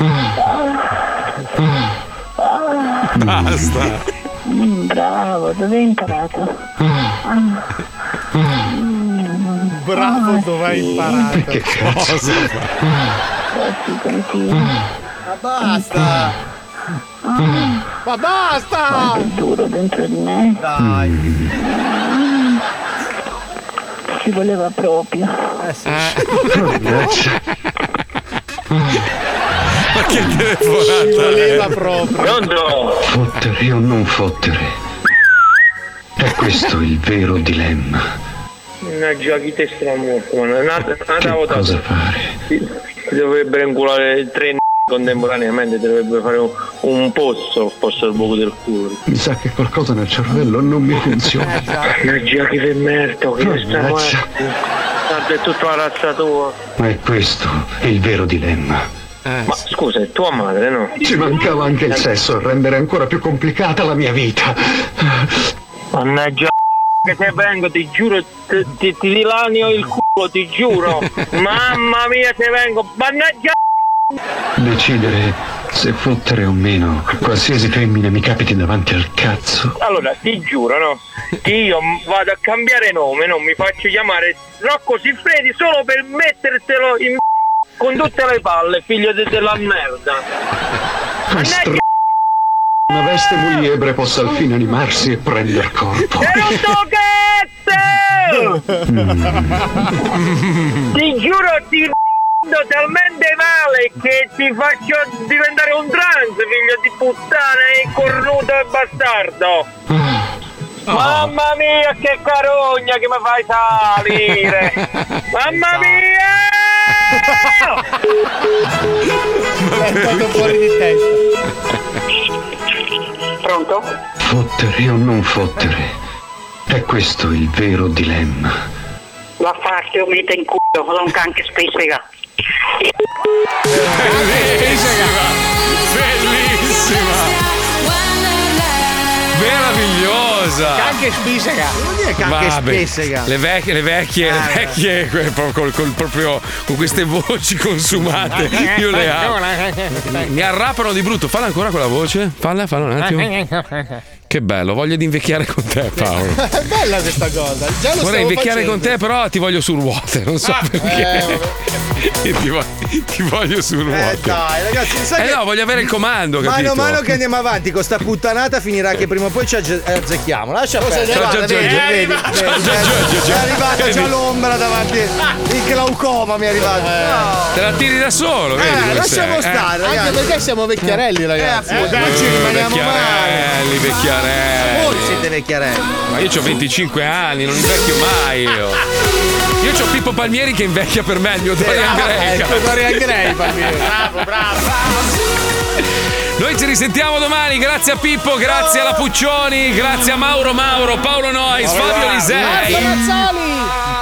Mm.
Ah.
Mm.
Basta. Mm, Bravo, dove hai imparato? Ah.
[laughs] Bravo, dove hai imparato?
Che cazzo?
Così continua.
Ma basta! Ma basta!
È duro dentro di me.
Dai.
Mm.
Ci voleva proprio.
Eh. [laughs] Cioè. Ma che telefonata!
Ah. voleva proprio.
Pronto?
Fottere o non fottere? È questo il vero dilemma.
Non giochi te stramorfone, un'altra volta
Cosa fare?
ti dovrebbero inculare tre n- contemporaneamente, ti dovrebbero fare un, un pozzo al posto del buco del culo.
Mi sa che qualcosa nel cervello non mi funziona.
Non giochi per merda, che sta qua? Tanto è tutta la razza tua.
Ma è questo il vero dilemma.
Ma scusa, è tua madre, no?
Ci mancava anche il sesso a rendere ancora più complicata la mia vita.
Mannaggia che se vengo ti giuro ti, ti, ti dilanio il culo, ti giuro. Mamma mia se vengo, mannaggia
Decidere se fottere o meno qualsiasi femmina mi capiti davanti al cazzo.
Allora, ti giuro, no? Che io m- vado a cambiare nome, non mi faccio chiamare Rocco Siffredi solo per mettertelo in m- con tutte le palle, figlio de- della merda.
Questo una veste muliebre possa alfine animarsi e prendere corpo.
Ti giuro, ti do talmente male che ti faccio diventare un trans, figlio di puttana e cornuto e bastardo.
Ah.
Mamma mia, che carogna che mi fai
[laughs]
salire! Mamma
Esatto.
mia!
È stato fuori di testa.
Pronto?
Fottere o non fottere? È questo il vero dilemma.
La parte o mette in culo, non anche spesa.
Bellissima! Meravigliosa!
Canche spesega. Vuol dire canche
Vabbè,
spesega.
Le vecchie, le vecchie,
Ah,
le vecchie que- pro- col- col- proprio con queste voci consumate.
Eh,
Io le amo.
Eh,
[laughs] Mi arrapano di brutto. Falla ancora quella voce. Falla, falla un
[laughs]
Eh,
attimo. Che bello, voglio di invecchiare con
[laughs]
te, Paolo.
È bella questa cosa. Già lo
Vorrei
stavo
invecchiare
facendo.
con te, però ti voglio sul water. Non so
Ah, eh,
perché. [laughs] ti, voglio, ti voglio sul water.
dai, ragazzi, sai
eh
che-
no, voglio avere il comando, [laughs] capito?
Mano a mano che andiamo avanti con sta puttanata finirà che prima o poi ci azze- azzecchiamo. Lascia
Cosa ne
perdere. Guarda,
va,
vedi,
Giorgio?
vedi,
È arrivato,
vedi,
Giorgio,
vedi.
Giorgio.
È arrivata già
Vedi.
l'ombra davanti. Il glaucoma mi è arrivato.
Eh.
No.
Te la tiri da solo,
Eh,
vedi? come
lasciamo
sei, eh?
stare,
Anche
ragazzi.
perché siamo vecchiarelli, ragazzi.
Eh, appunto. Ci rimaniamo
vecchiarelli, vecchiarelli.
Voi siete vecchiarelli.
Ma io ho 25 anni, non invecchio mai io. Io ho Pippo Palmieri che invecchia per me, il mio Dorian
Eh,
Gray.
ecco, Dorian Gray, Palmieri.
bravo, bravo. Noi ci risentiamo domani, grazie a Pippo, grazie alla Puccioni, grazie a Mauro Mauro, Paolo Nois, Fabio
Marco
Lisei.
Mazzoli.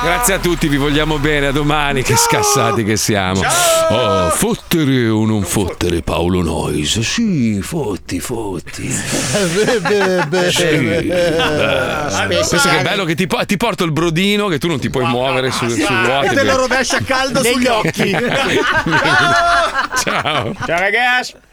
Grazie a tutti, vi vogliamo bene, a domani, che scassati che siamo. Oh, fottere o non fottere Paolo Nois? Sì, fotti, fotti. Sì. Eh, Pensa che è bello che ti, po- ti porto il brodino che tu non ti puoi muovere sul, sul water.
E te lo rovescia caldo
Negli
[laughs]
sugli occhi.
occhi.
Ciao.
Ciao ragazzi.